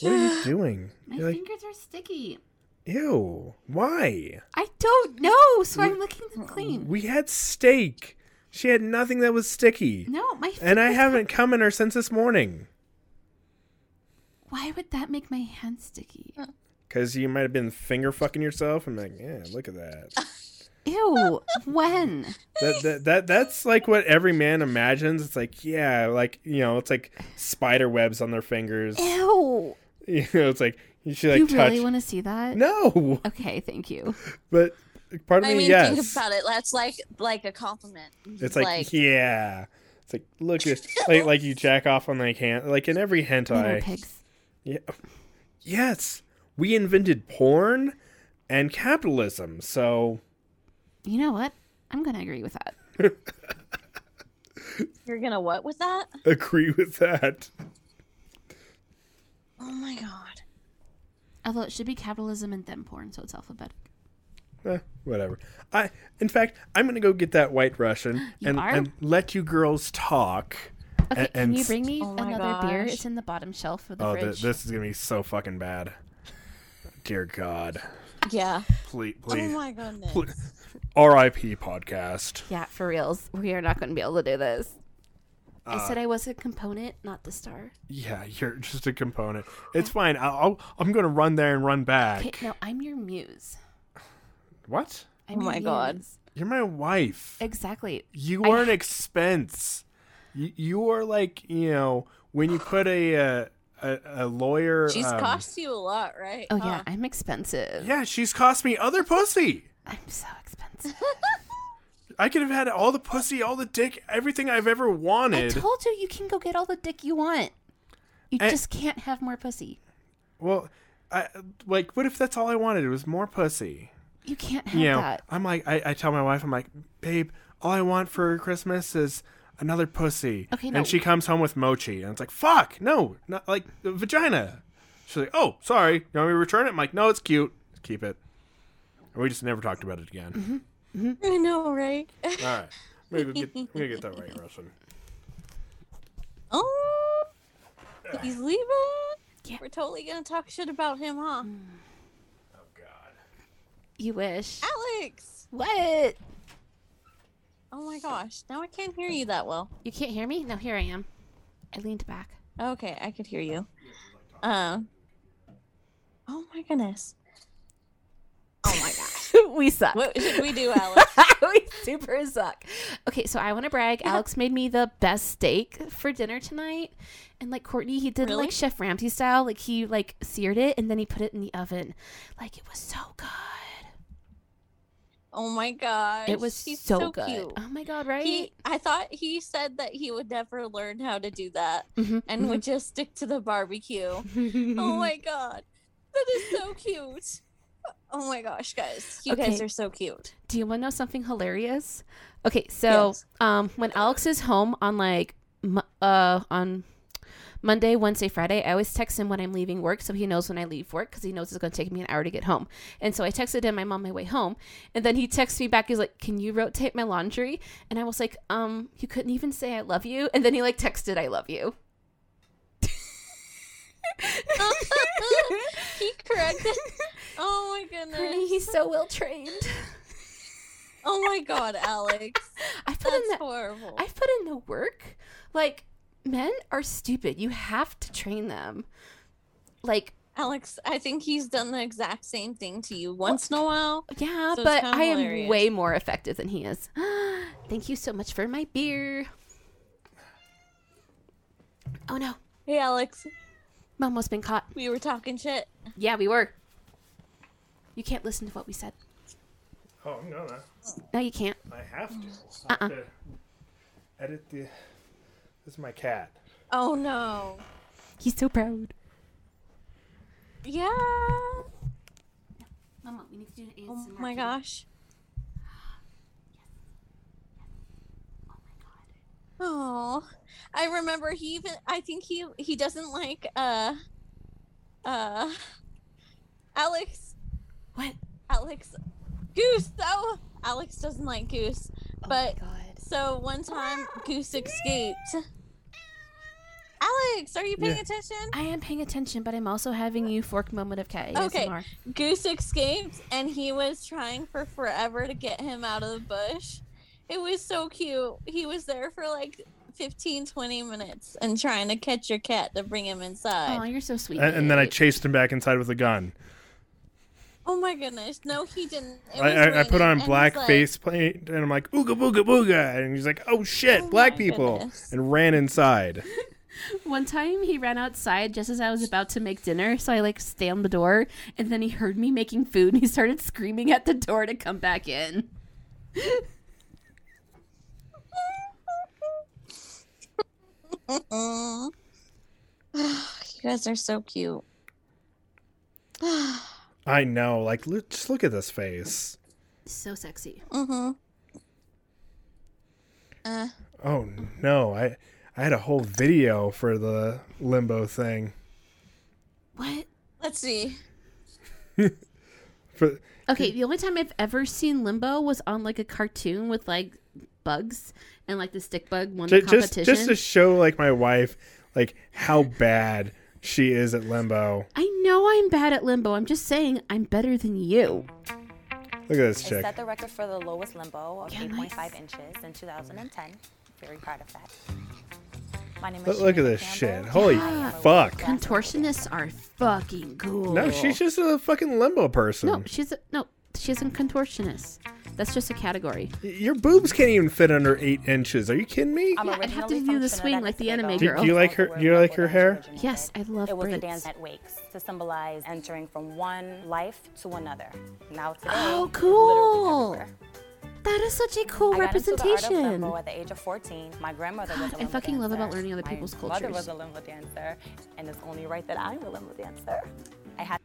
[SPEAKER 1] What are you doing?
[SPEAKER 2] My
[SPEAKER 1] You're like,
[SPEAKER 2] fingers are sticky.
[SPEAKER 1] ew. Why?
[SPEAKER 2] I don't know, so I'm licking them clean.
[SPEAKER 1] We had steak. She had nothing that was sticky.
[SPEAKER 2] No, my
[SPEAKER 1] And I
[SPEAKER 2] fingers-
[SPEAKER 1] haven't come in her since this morning.
[SPEAKER 2] Why would that make my hands sticky?
[SPEAKER 1] Because you might have been finger fucking yourself. I'm like, yeah, look at that.
[SPEAKER 2] Ew. when?
[SPEAKER 1] that, that, that. That's like what every man imagines. It's like, yeah, like, you know, it's like spider webs on their fingers.
[SPEAKER 2] Ew.
[SPEAKER 1] You know, it's like, you should like
[SPEAKER 2] you
[SPEAKER 1] touch.
[SPEAKER 2] really want to see that?
[SPEAKER 1] no.
[SPEAKER 2] Okay, thank you.
[SPEAKER 1] But part of
[SPEAKER 4] I
[SPEAKER 1] me,
[SPEAKER 4] mean,
[SPEAKER 1] yes.
[SPEAKER 4] think about it. That's like like a compliment.
[SPEAKER 1] It's like, yeah. It's like, look at, like, like you jack off on like hand, like in every
[SPEAKER 2] Little
[SPEAKER 1] hentai.
[SPEAKER 2] pigs.
[SPEAKER 1] Yeah. Yes. We invented porn and capitalism. So
[SPEAKER 2] You know what? I'm gonna agree with that.
[SPEAKER 4] You're gonna what with that?
[SPEAKER 1] agree with that.
[SPEAKER 4] Oh my god.
[SPEAKER 2] Although it should be capitalism and then porn, so it's alphabetic.
[SPEAKER 1] Eh, whatever. I in fact, I'm going to go get that white Russian
[SPEAKER 2] You
[SPEAKER 1] and,
[SPEAKER 2] are?
[SPEAKER 1] and let you girls talk. a-
[SPEAKER 2] Okay, can
[SPEAKER 1] and
[SPEAKER 2] you
[SPEAKER 1] s-
[SPEAKER 2] bring me
[SPEAKER 4] my
[SPEAKER 2] another beer?
[SPEAKER 4] gosh.
[SPEAKER 2] It's in the bottom shelf of the
[SPEAKER 1] Oh, th-
[SPEAKER 2] fridge.
[SPEAKER 1] this is going to be so fucking bad. Dear god.
[SPEAKER 4] Yeah.
[SPEAKER 1] Please please.
[SPEAKER 4] Oh my goodness.
[SPEAKER 1] pl- RIP podcast.
[SPEAKER 2] Yeah, for reals. We are not going to be able to do this. I
[SPEAKER 1] Uh.
[SPEAKER 2] said I was a component, not the star.
[SPEAKER 1] Yeah, you're just a component. It's fine. I'll, I'll, I'm going to run there and run back.
[SPEAKER 2] Okay, no, I'm your muse.
[SPEAKER 1] What?
[SPEAKER 2] I'm
[SPEAKER 4] Oh
[SPEAKER 2] your
[SPEAKER 4] my God.
[SPEAKER 2] muse.
[SPEAKER 1] You're my wife.
[SPEAKER 2] Exactly.
[SPEAKER 1] You
[SPEAKER 2] I-
[SPEAKER 1] are an expense. You, you are like you know when you put a uh, a, a lawyer.
[SPEAKER 4] She's
[SPEAKER 1] um,
[SPEAKER 4] cost you a lot, right?
[SPEAKER 2] Oh yeah,
[SPEAKER 4] Huh.
[SPEAKER 2] I'm expensive.
[SPEAKER 1] Yeah, she's cost me other pussy.
[SPEAKER 2] I'm so expensive.
[SPEAKER 1] I could have had all the pussy, all the dick, everything I've ever
[SPEAKER 2] I
[SPEAKER 1] wanted.
[SPEAKER 2] told you you can go get all the dick you want. You
[SPEAKER 1] And-
[SPEAKER 2] just can't have more pussy.
[SPEAKER 1] well, I, like, what if that's all I wanted? It was more pussy.
[SPEAKER 2] You can't have
[SPEAKER 1] You know,
[SPEAKER 2] that.
[SPEAKER 1] I'm like, I, I tell my wife, I'm like, babe, all I want for Christmas is another pussy.
[SPEAKER 2] Okay, no.
[SPEAKER 1] And she comes home with mochi, and it's like, fuck, no, not like the vagina. She's like, oh, sorry, you want me to return it? I'm like, no, it's cute, keep it. And we just never talked about it again.
[SPEAKER 2] Mm-hmm.
[SPEAKER 4] I know, right?
[SPEAKER 1] All right, maybe get, I'm gonna get that right, Russian.
[SPEAKER 4] oh, he's leaving.
[SPEAKER 2] Yeah. Mm.
[SPEAKER 4] We're totally gonna talk shit about him, huh?
[SPEAKER 1] Oh God.
[SPEAKER 2] You wish.
[SPEAKER 4] Alex.
[SPEAKER 2] What?
[SPEAKER 4] Oh my gosh. Now I can't hear you that well.
[SPEAKER 2] You can't hear me? No, here I am. I leaned back.
[SPEAKER 4] Okay, I could hear you. Um. Oh my goodness. Oh my gosh.
[SPEAKER 2] we suck.
[SPEAKER 4] What should we do, Alex?
[SPEAKER 2] we super suck. Okay, so I want to brag. Alex made me the best steak for dinner tonight, and like Courtney, he did
[SPEAKER 4] Really?
[SPEAKER 2] like Chef Ramsay style. Like he like seared it and then he put it in the oven. Like it was so good.
[SPEAKER 4] Oh my gosh.
[SPEAKER 2] it was
[SPEAKER 4] He's
[SPEAKER 2] so, good.
[SPEAKER 4] Cute.
[SPEAKER 2] Oh my god, right?
[SPEAKER 4] He, I thought he said that he would never learn how to do that
[SPEAKER 2] Mhm,
[SPEAKER 4] and would just stick to the barbecue. oh my god, that is so cute. Oh my gosh, guys, you guys
[SPEAKER 2] Okay.
[SPEAKER 4] are so cute.
[SPEAKER 2] Do you want to know something hilarious? Okay, so
[SPEAKER 4] Yes.
[SPEAKER 2] um, when Alex is home on like mo- uh on Monday, Wednesday, Friday, I always text him when I'm leaving work so he knows when I leave work because he knows it's going to take me an hour to get home. And so I texted him, I'm on my way home. And then he texts me back, he's like, Can you rotate my laundry? And I was like, Um, you couldn't even say I love you. And then he like texted, I love you.
[SPEAKER 4] he corrected. Oh my goodness.
[SPEAKER 2] He's so well trained.
[SPEAKER 4] Oh my god, Alex,
[SPEAKER 2] I put in
[SPEAKER 4] that's
[SPEAKER 2] that
[SPEAKER 4] horrible.
[SPEAKER 2] I've put in the work. Like, men are stupid. You have to train them. Like,
[SPEAKER 4] Alex, I think he's done the exact same thing to you once in a while.
[SPEAKER 2] yeah,
[SPEAKER 4] So it's
[SPEAKER 2] but
[SPEAKER 4] kinda
[SPEAKER 2] I am
[SPEAKER 4] hilarious.
[SPEAKER 2] way more effective than he is. Thank you so much for my beer. Oh no,
[SPEAKER 4] Hey, Alex,
[SPEAKER 2] Momo's been caught.
[SPEAKER 4] we were talking shit.
[SPEAKER 2] Yeah, we were. You can't listen to what we said.
[SPEAKER 1] Oh, I'm gonna.
[SPEAKER 2] No, you can't.
[SPEAKER 1] I have
[SPEAKER 2] Mm.
[SPEAKER 1] to. I
[SPEAKER 2] Uh-uh.
[SPEAKER 1] have to edit the. This is my cat.
[SPEAKER 4] Oh no.
[SPEAKER 2] He's so proud.
[SPEAKER 4] Yeah.
[SPEAKER 2] Oh Momo, we need to do an ASMR.
[SPEAKER 4] Oh my gosh. Oh, I remember he even. I think he he doesn't like uh, uh, Alex.
[SPEAKER 2] What?
[SPEAKER 4] Alex, Goose. Oh, Alex doesn't like Goose. But
[SPEAKER 7] oh my god.
[SPEAKER 4] so one time Goose escaped. Alex, are you paying
[SPEAKER 1] Yeah.
[SPEAKER 4] attention?
[SPEAKER 2] I am paying attention, but I'm also having you fork moment of K.
[SPEAKER 4] Okay.
[SPEAKER 2] ASMR.
[SPEAKER 4] Goose escaped, and he was trying for forever to get him out of the bush. It was so cute. He was there for like 15, 20 minutes and trying to catch your cat to bring him inside.
[SPEAKER 2] Oh, you're so sweet.
[SPEAKER 1] And, and then I chased him back inside with a gun.
[SPEAKER 4] Oh my goodness. No, he didn't. It
[SPEAKER 1] I,
[SPEAKER 4] was
[SPEAKER 1] I, I put on
[SPEAKER 4] raining, and he's
[SPEAKER 1] black
[SPEAKER 4] like-
[SPEAKER 1] face paint and I'm like, ooga booga booga. And he's like, oh shit, black
[SPEAKER 4] my
[SPEAKER 1] people.
[SPEAKER 4] goodness.
[SPEAKER 1] And ran inside.
[SPEAKER 2] One time he ran outside just as I was about to make dinner, so I like slammed the door, and then he heard me making food, and he started screaming at the door to come back in.
[SPEAKER 4] Mm. you guys are so cute.
[SPEAKER 1] I know. Like, look, just look at this face.
[SPEAKER 2] So sexy.
[SPEAKER 4] Mm-hmm. Uh,
[SPEAKER 1] Oh no, I I had a whole video for the limbo thing.
[SPEAKER 2] What?
[SPEAKER 4] let's see.
[SPEAKER 1] For
[SPEAKER 2] Okay, the only time I've ever seen Limbo was on like a cartoon with like bugs, and like the stick bug won the
[SPEAKER 1] ju- just
[SPEAKER 2] competition.
[SPEAKER 1] just to show like my wife like how bad she is at limbo.
[SPEAKER 2] I know I'm bad at Limbo. I'm just saying I'm better than you.
[SPEAKER 1] Look at this
[SPEAKER 7] I
[SPEAKER 1] chick.
[SPEAKER 7] set the record for the lowest limbo of
[SPEAKER 2] Yeah,
[SPEAKER 7] 8.5
[SPEAKER 2] nice.
[SPEAKER 7] inches in 2010. Very proud of that. My name is
[SPEAKER 1] Look, look at
[SPEAKER 7] Shannon
[SPEAKER 1] this shit.
[SPEAKER 7] Campbell.
[SPEAKER 1] Holy fuck.
[SPEAKER 2] Contortionists are fucking cool.
[SPEAKER 1] No, she's just a fucking limbo person.
[SPEAKER 2] no, she's a, no, she's a contortionist. That's just a category.
[SPEAKER 1] Y- Your boobs can't even fit under eight inches. Are you kidding me?
[SPEAKER 7] I'm
[SPEAKER 2] Yeah, I'd have to
[SPEAKER 7] originally
[SPEAKER 2] do the
[SPEAKER 7] from
[SPEAKER 2] swing
[SPEAKER 7] Trinidad
[SPEAKER 2] like the
[SPEAKER 7] and
[SPEAKER 2] anime
[SPEAKER 7] Tobago.
[SPEAKER 2] girl. Do
[SPEAKER 1] you like her- do you like her hair?
[SPEAKER 2] Yes, I love
[SPEAKER 7] It was a
[SPEAKER 2] braids.
[SPEAKER 7] dance that wakes to symbolize entering from one life to another. Now today,
[SPEAKER 2] Oh,
[SPEAKER 7] it's
[SPEAKER 2] cool.
[SPEAKER 7] literally everywhere.
[SPEAKER 2] That is such a cool
[SPEAKER 7] I got into the art of
[SPEAKER 2] representation.
[SPEAKER 7] limbo at the age of 14. My grandmother was a
[SPEAKER 2] God, I
[SPEAKER 7] limbo
[SPEAKER 2] fucking love about
[SPEAKER 7] dancer.
[SPEAKER 2] learning other
[SPEAKER 7] My
[SPEAKER 2] people's
[SPEAKER 7] mother
[SPEAKER 2] cultures.
[SPEAKER 7] was a limbo dancer, and it's only right that I'm a limbo dancer. I had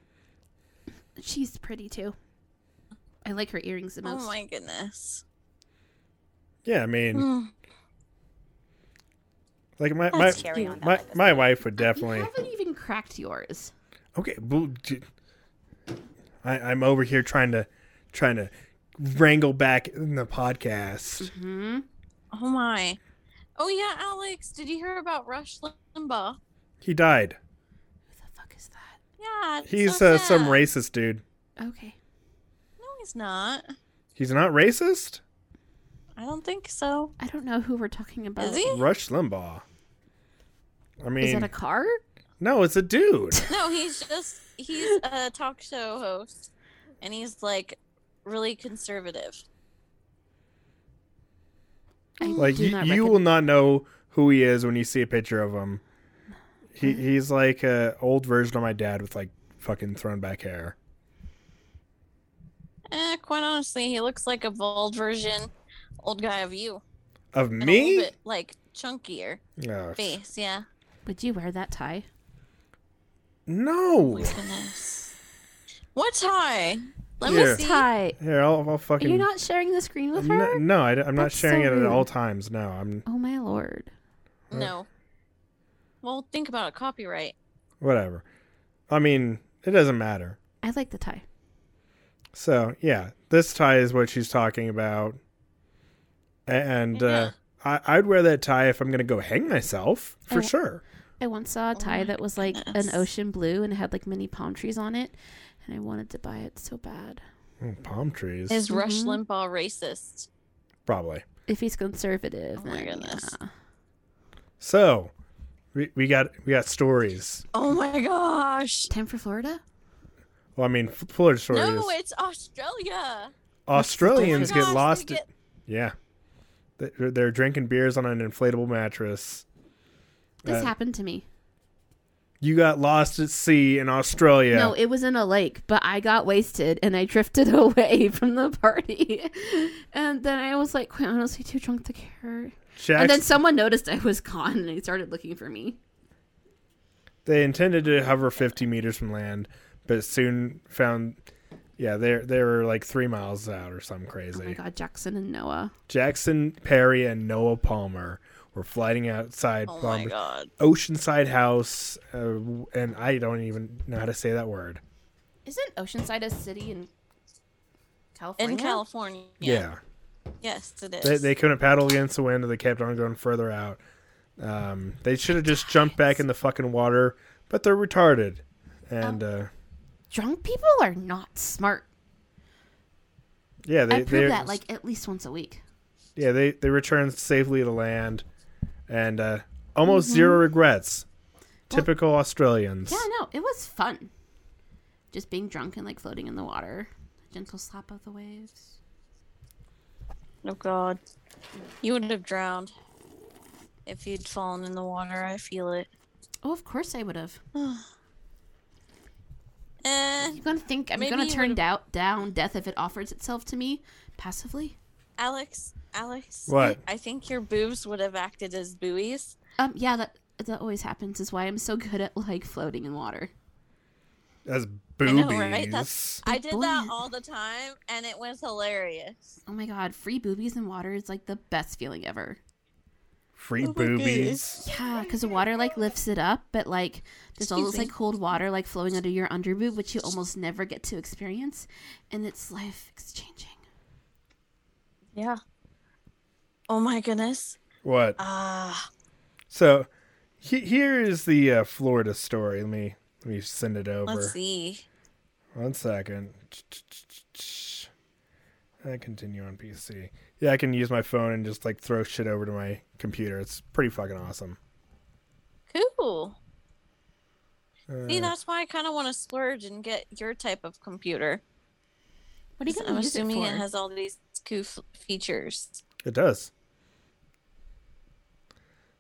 [SPEAKER 2] She's pretty too. I like her earrings the most.
[SPEAKER 4] Oh my goodness.
[SPEAKER 1] Yeah, I mean, like my my
[SPEAKER 7] to carry on that
[SPEAKER 1] my,
[SPEAKER 7] legacy.
[SPEAKER 1] my wife would
[SPEAKER 2] you
[SPEAKER 1] definitely.
[SPEAKER 2] haven't even cracked yours.
[SPEAKER 1] Okay, well, j- I, I'm over here trying to trying to wrangle back in the podcast.
[SPEAKER 4] Oh my. Oh yeah, Alex. Did you hear about Rush Limbaugh?
[SPEAKER 1] He died.
[SPEAKER 2] Who the fuck is that?
[SPEAKER 4] Yeah. it's
[SPEAKER 1] He's
[SPEAKER 4] so
[SPEAKER 1] uh, some
[SPEAKER 4] sad.
[SPEAKER 1] racist dude.
[SPEAKER 2] Okay.
[SPEAKER 4] No, he's not.
[SPEAKER 1] He's not racist.
[SPEAKER 4] I don't think so.
[SPEAKER 2] I don't know who we're talking about.
[SPEAKER 4] Is he?
[SPEAKER 1] Rush Limbaugh. I mean,
[SPEAKER 2] Is that a car?
[SPEAKER 1] no, it's a dude.
[SPEAKER 4] No, he's just he's a talk show host, and he's like really conservative.
[SPEAKER 2] I
[SPEAKER 1] Like
[SPEAKER 2] do
[SPEAKER 1] you,
[SPEAKER 2] not
[SPEAKER 1] you
[SPEAKER 2] recogn-
[SPEAKER 1] will not know who he is when you see a picture of him. He he's like a old version of my dad with like fucking thrown back hair.
[SPEAKER 4] Eh, quite honestly, he looks like a bald version, old guy of you.
[SPEAKER 1] Of
[SPEAKER 4] and A little
[SPEAKER 1] me?
[SPEAKER 4] bit, like chunkier
[SPEAKER 1] Oh,
[SPEAKER 4] face. Yeah.
[SPEAKER 2] Would you wear that tie? Oh
[SPEAKER 1] no.
[SPEAKER 4] Goodness. What tie? Let
[SPEAKER 1] Here.
[SPEAKER 4] me see.
[SPEAKER 2] Tie.
[SPEAKER 1] Here, I'll, I'll fucking.
[SPEAKER 2] You're not sharing the screen with
[SPEAKER 1] No,
[SPEAKER 2] her?
[SPEAKER 1] no, I, am not
[SPEAKER 2] That's
[SPEAKER 1] sharing
[SPEAKER 2] so
[SPEAKER 1] it at
[SPEAKER 2] rude.
[SPEAKER 1] all times. No, I'm
[SPEAKER 2] Oh my lord.
[SPEAKER 4] No. Well, think about it. Copyright.
[SPEAKER 1] whatever. I mean, it doesn't matter.
[SPEAKER 2] I like the tie.
[SPEAKER 1] So yeah, this tie is what she's talking about, A- and uh, I, I'd wear that tie if I'm gonna go hang myself for
[SPEAKER 2] Oh.
[SPEAKER 1] sure.
[SPEAKER 2] I once saw a tie that was like an ocean blue and it had like many palm trees on it, and I wanted to buy it so bad.
[SPEAKER 1] Mm, palm trees,
[SPEAKER 4] Is Rush Limbaugh racist?
[SPEAKER 1] probably.
[SPEAKER 2] If he's conservative,
[SPEAKER 4] Oh my
[SPEAKER 2] then
[SPEAKER 4] goodness.
[SPEAKER 2] yeah.
[SPEAKER 1] So we, we got we got stories.
[SPEAKER 4] Oh my gosh.
[SPEAKER 2] Time for Florida?
[SPEAKER 1] Well, I mean, F- Florida stories.
[SPEAKER 4] No, it's Australia.
[SPEAKER 1] Australians
[SPEAKER 4] Oh my
[SPEAKER 1] get
[SPEAKER 4] gosh, they
[SPEAKER 1] lost.
[SPEAKER 4] get-
[SPEAKER 1] Yeah, they're, they're drinking beers on an inflatable mattress.
[SPEAKER 2] This
[SPEAKER 1] Uh,
[SPEAKER 2] happened to me.
[SPEAKER 1] You got lost at sea in Australia.
[SPEAKER 2] No, it was in a lake, but I got wasted and I drifted away from the party. and then I was like, quite honestly, too drunk to care.
[SPEAKER 1] Jackson,
[SPEAKER 2] and then someone noticed I was gone and they started looking for me.
[SPEAKER 1] they intended to hover 50 meters from land, but soon found, yeah, they they were like three miles out or something
[SPEAKER 2] Oh my
[SPEAKER 1] crazy.
[SPEAKER 2] god, Jackson and Noah.
[SPEAKER 1] Jackson Perry and Noah Palmer We're flying outside
[SPEAKER 4] Oh
[SPEAKER 1] Long
[SPEAKER 4] my
[SPEAKER 1] Beach-
[SPEAKER 4] god.
[SPEAKER 1] Oceanside House, uh, w- and I don't even know how to say that word.
[SPEAKER 2] Isn't Oceanside a city in California?
[SPEAKER 4] In California.
[SPEAKER 1] Yeah,
[SPEAKER 4] Yes, it is.
[SPEAKER 1] they, they couldn't paddle against the wind, and they kept on going further out. Um, they should have just jumped back in the fucking water, but they're retarded, and uh,
[SPEAKER 2] Drunk people are not smart.
[SPEAKER 1] yeah, they
[SPEAKER 2] I
[SPEAKER 1] they
[SPEAKER 2] prove that like at least once a week.
[SPEAKER 1] yeah they they returned safely to land, and uh, almost zero regrets. Typical Australians.
[SPEAKER 2] Yeah, no, it was fun. Just being drunk and like floating in the water, gentle slap of the waves.
[SPEAKER 4] Oh god. You would have drowned if you'd fallen in the water. I feel it.
[SPEAKER 2] Oh, of course I would have.
[SPEAKER 4] Eh,
[SPEAKER 2] I'm gonna think I'm
[SPEAKER 4] Maybe
[SPEAKER 2] gonna
[SPEAKER 4] you
[SPEAKER 2] turn
[SPEAKER 4] would've-
[SPEAKER 2] doubt down death if it offers itself to me passively.
[SPEAKER 4] Alex, Alex.
[SPEAKER 1] What?
[SPEAKER 4] I think your boobs would have acted as buoys.
[SPEAKER 2] Um, yeah, that that always happens. Is why I'm so good at like floating in water.
[SPEAKER 1] That's
[SPEAKER 4] I
[SPEAKER 1] boobies.
[SPEAKER 4] know, right? That's I did that
[SPEAKER 2] buoyant.
[SPEAKER 4] all the time, and it was hilarious.
[SPEAKER 2] Oh my god, free boobies in water is like the best feeling ever.
[SPEAKER 1] Free boobies.
[SPEAKER 2] Yeah, because the water like lifts it up, but like there's all this like cold water like flowing under your underboob, which you almost never get to experience, and it's life exchanging.
[SPEAKER 4] Yeah. Oh my goodness.
[SPEAKER 1] What?
[SPEAKER 4] Ah,
[SPEAKER 1] So he, here is the uh, Florida story. Let me let me send it over.
[SPEAKER 4] let's see.
[SPEAKER 1] One second. I continue on PC. Yeah, I can use my phone and just like throw shit over to my computer. It's pretty fucking awesome.
[SPEAKER 4] Cool.
[SPEAKER 1] Uh,
[SPEAKER 4] See, that's why I kind of want to splurge and get your type of computer.
[SPEAKER 2] What are you
[SPEAKER 4] I'm
[SPEAKER 2] gonna use it
[SPEAKER 4] assuming
[SPEAKER 2] for?
[SPEAKER 4] it, has all these cool f- features.
[SPEAKER 1] It does.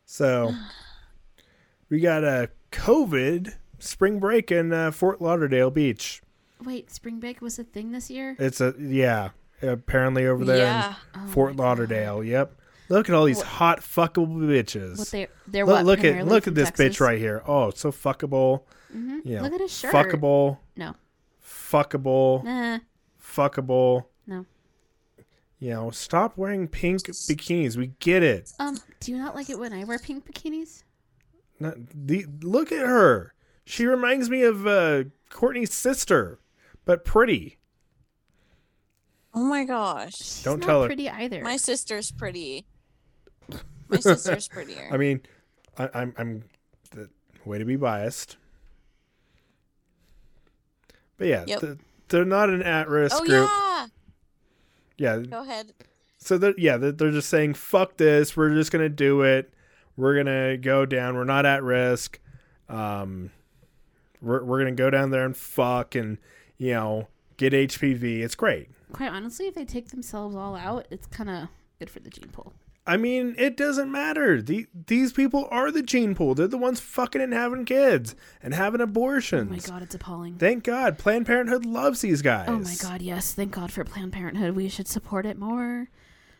[SPEAKER 1] So we got a uh, COVID spring break in uh, Fort Lauderdale Beach.
[SPEAKER 2] Wait, spring break was a thing this year.
[SPEAKER 1] It's a yeah. Apparently over there
[SPEAKER 4] Yeah.
[SPEAKER 2] Oh
[SPEAKER 1] in Fort Lauderdale. Yep. Look at all these hot fuckable bitches.
[SPEAKER 2] What they they're
[SPEAKER 1] look
[SPEAKER 2] what,
[SPEAKER 1] look at
[SPEAKER 2] primarily
[SPEAKER 1] look
[SPEAKER 2] from
[SPEAKER 1] at this
[SPEAKER 2] Texas? Mm-hmm.
[SPEAKER 1] bitch right here. Oh, so fuckable. Yeah.
[SPEAKER 2] Look at his shirt.
[SPEAKER 1] Fuckable.
[SPEAKER 2] No,
[SPEAKER 1] Fuckable.
[SPEAKER 2] nah,
[SPEAKER 1] Fuckable.
[SPEAKER 2] no.
[SPEAKER 1] You know, stop wearing pink bikinis. We get it.
[SPEAKER 2] Um, do you not like it when I wear pink bikinis?
[SPEAKER 1] Not, the, look at her. She reminds me of uh, Courtney's sister, but pretty.
[SPEAKER 4] Oh my gosh.
[SPEAKER 2] She's
[SPEAKER 1] Don't
[SPEAKER 2] not
[SPEAKER 1] tell her.
[SPEAKER 2] pretty either.
[SPEAKER 4] My sister's pretty. My sister's prettier.
[SPEAKER 1] I mean, I, I'm I'm the way to be biased. But yeah,
[SPEAKER 4] Yep.
[SPEAKER 1] th- they're not an at-risk
[SPEAKER 4] oh
[SPEAKER 1] group.
[SPEAKER 4] yeah.
[SPEAKER 1] Yeah,
[SPEAKER 4] Go ahead.
[SPEAKER 1] so they're, yeah, they're, they're just saying fuck this. We're just gonna do it. We're gonna go down. We're not at risk. Um, we're we're gonna go down there and fuck and you know get HPV. It's great.
[SPEAKER 2] Quite honestly, if they take themselves all out, it's kind of good for the gene pool.
[SPEAKER 1] I mean, it doesn't matter. The, these people are the gene pool. They're the ones fucking and having kids and having abortions.
[SPEAKER 2] Oh my god, it's appalling.
[SPEAKER 1] Thank God, Planned Parenthood loves these guys.
[SPEAKER 2] Oh my god, yes. Thank God for Planned Parenthood. We should support it more.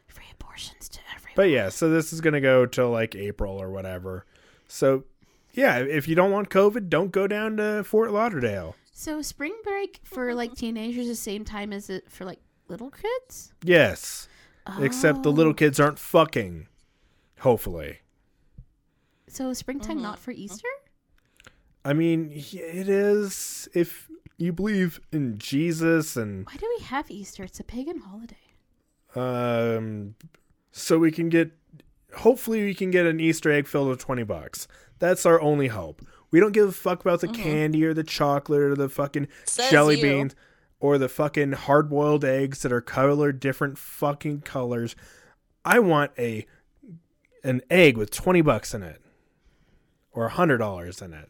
[SPEAKER 2] Free abortions to everyone.
[SPEAKER 1] But yeah, so this is gonna go till like April or whatever. So yeah, if you don't want COVID, don't go down to Fort Lauderdale.
[SPEAKER 2] so spring break for like teenagers the same time as it for like little kids?
[SPEAKER 1] Yes. Except the
[SPEAKER 2] Oh.
[SPEAKER 1] little kids aren't fucking. Hopefully.
[SPEAKER 2] So springtime not for Easter?
[SPEAKER 1] I mean, y- it is if you believe in Jesus and
[SPEAKER 2] Why do we have Easter? It's a pagan holiday.
[SPEAKER 1] um so we can get hopefully we can get an Easter egg filled with 20 bucks. That's our only hope. We don't give a fuck about the candy or the chocolate or the fucking
[SPEAKER 4] Mm-hmm. Says
[SPEAKER 1] jelly
[SPEAKER 4] you.
[SPEAKER 1] beans or the fucking hard-boiled eggs that are colored different fucking colors. I want a an egg with 20 bucks in it or $100 in it.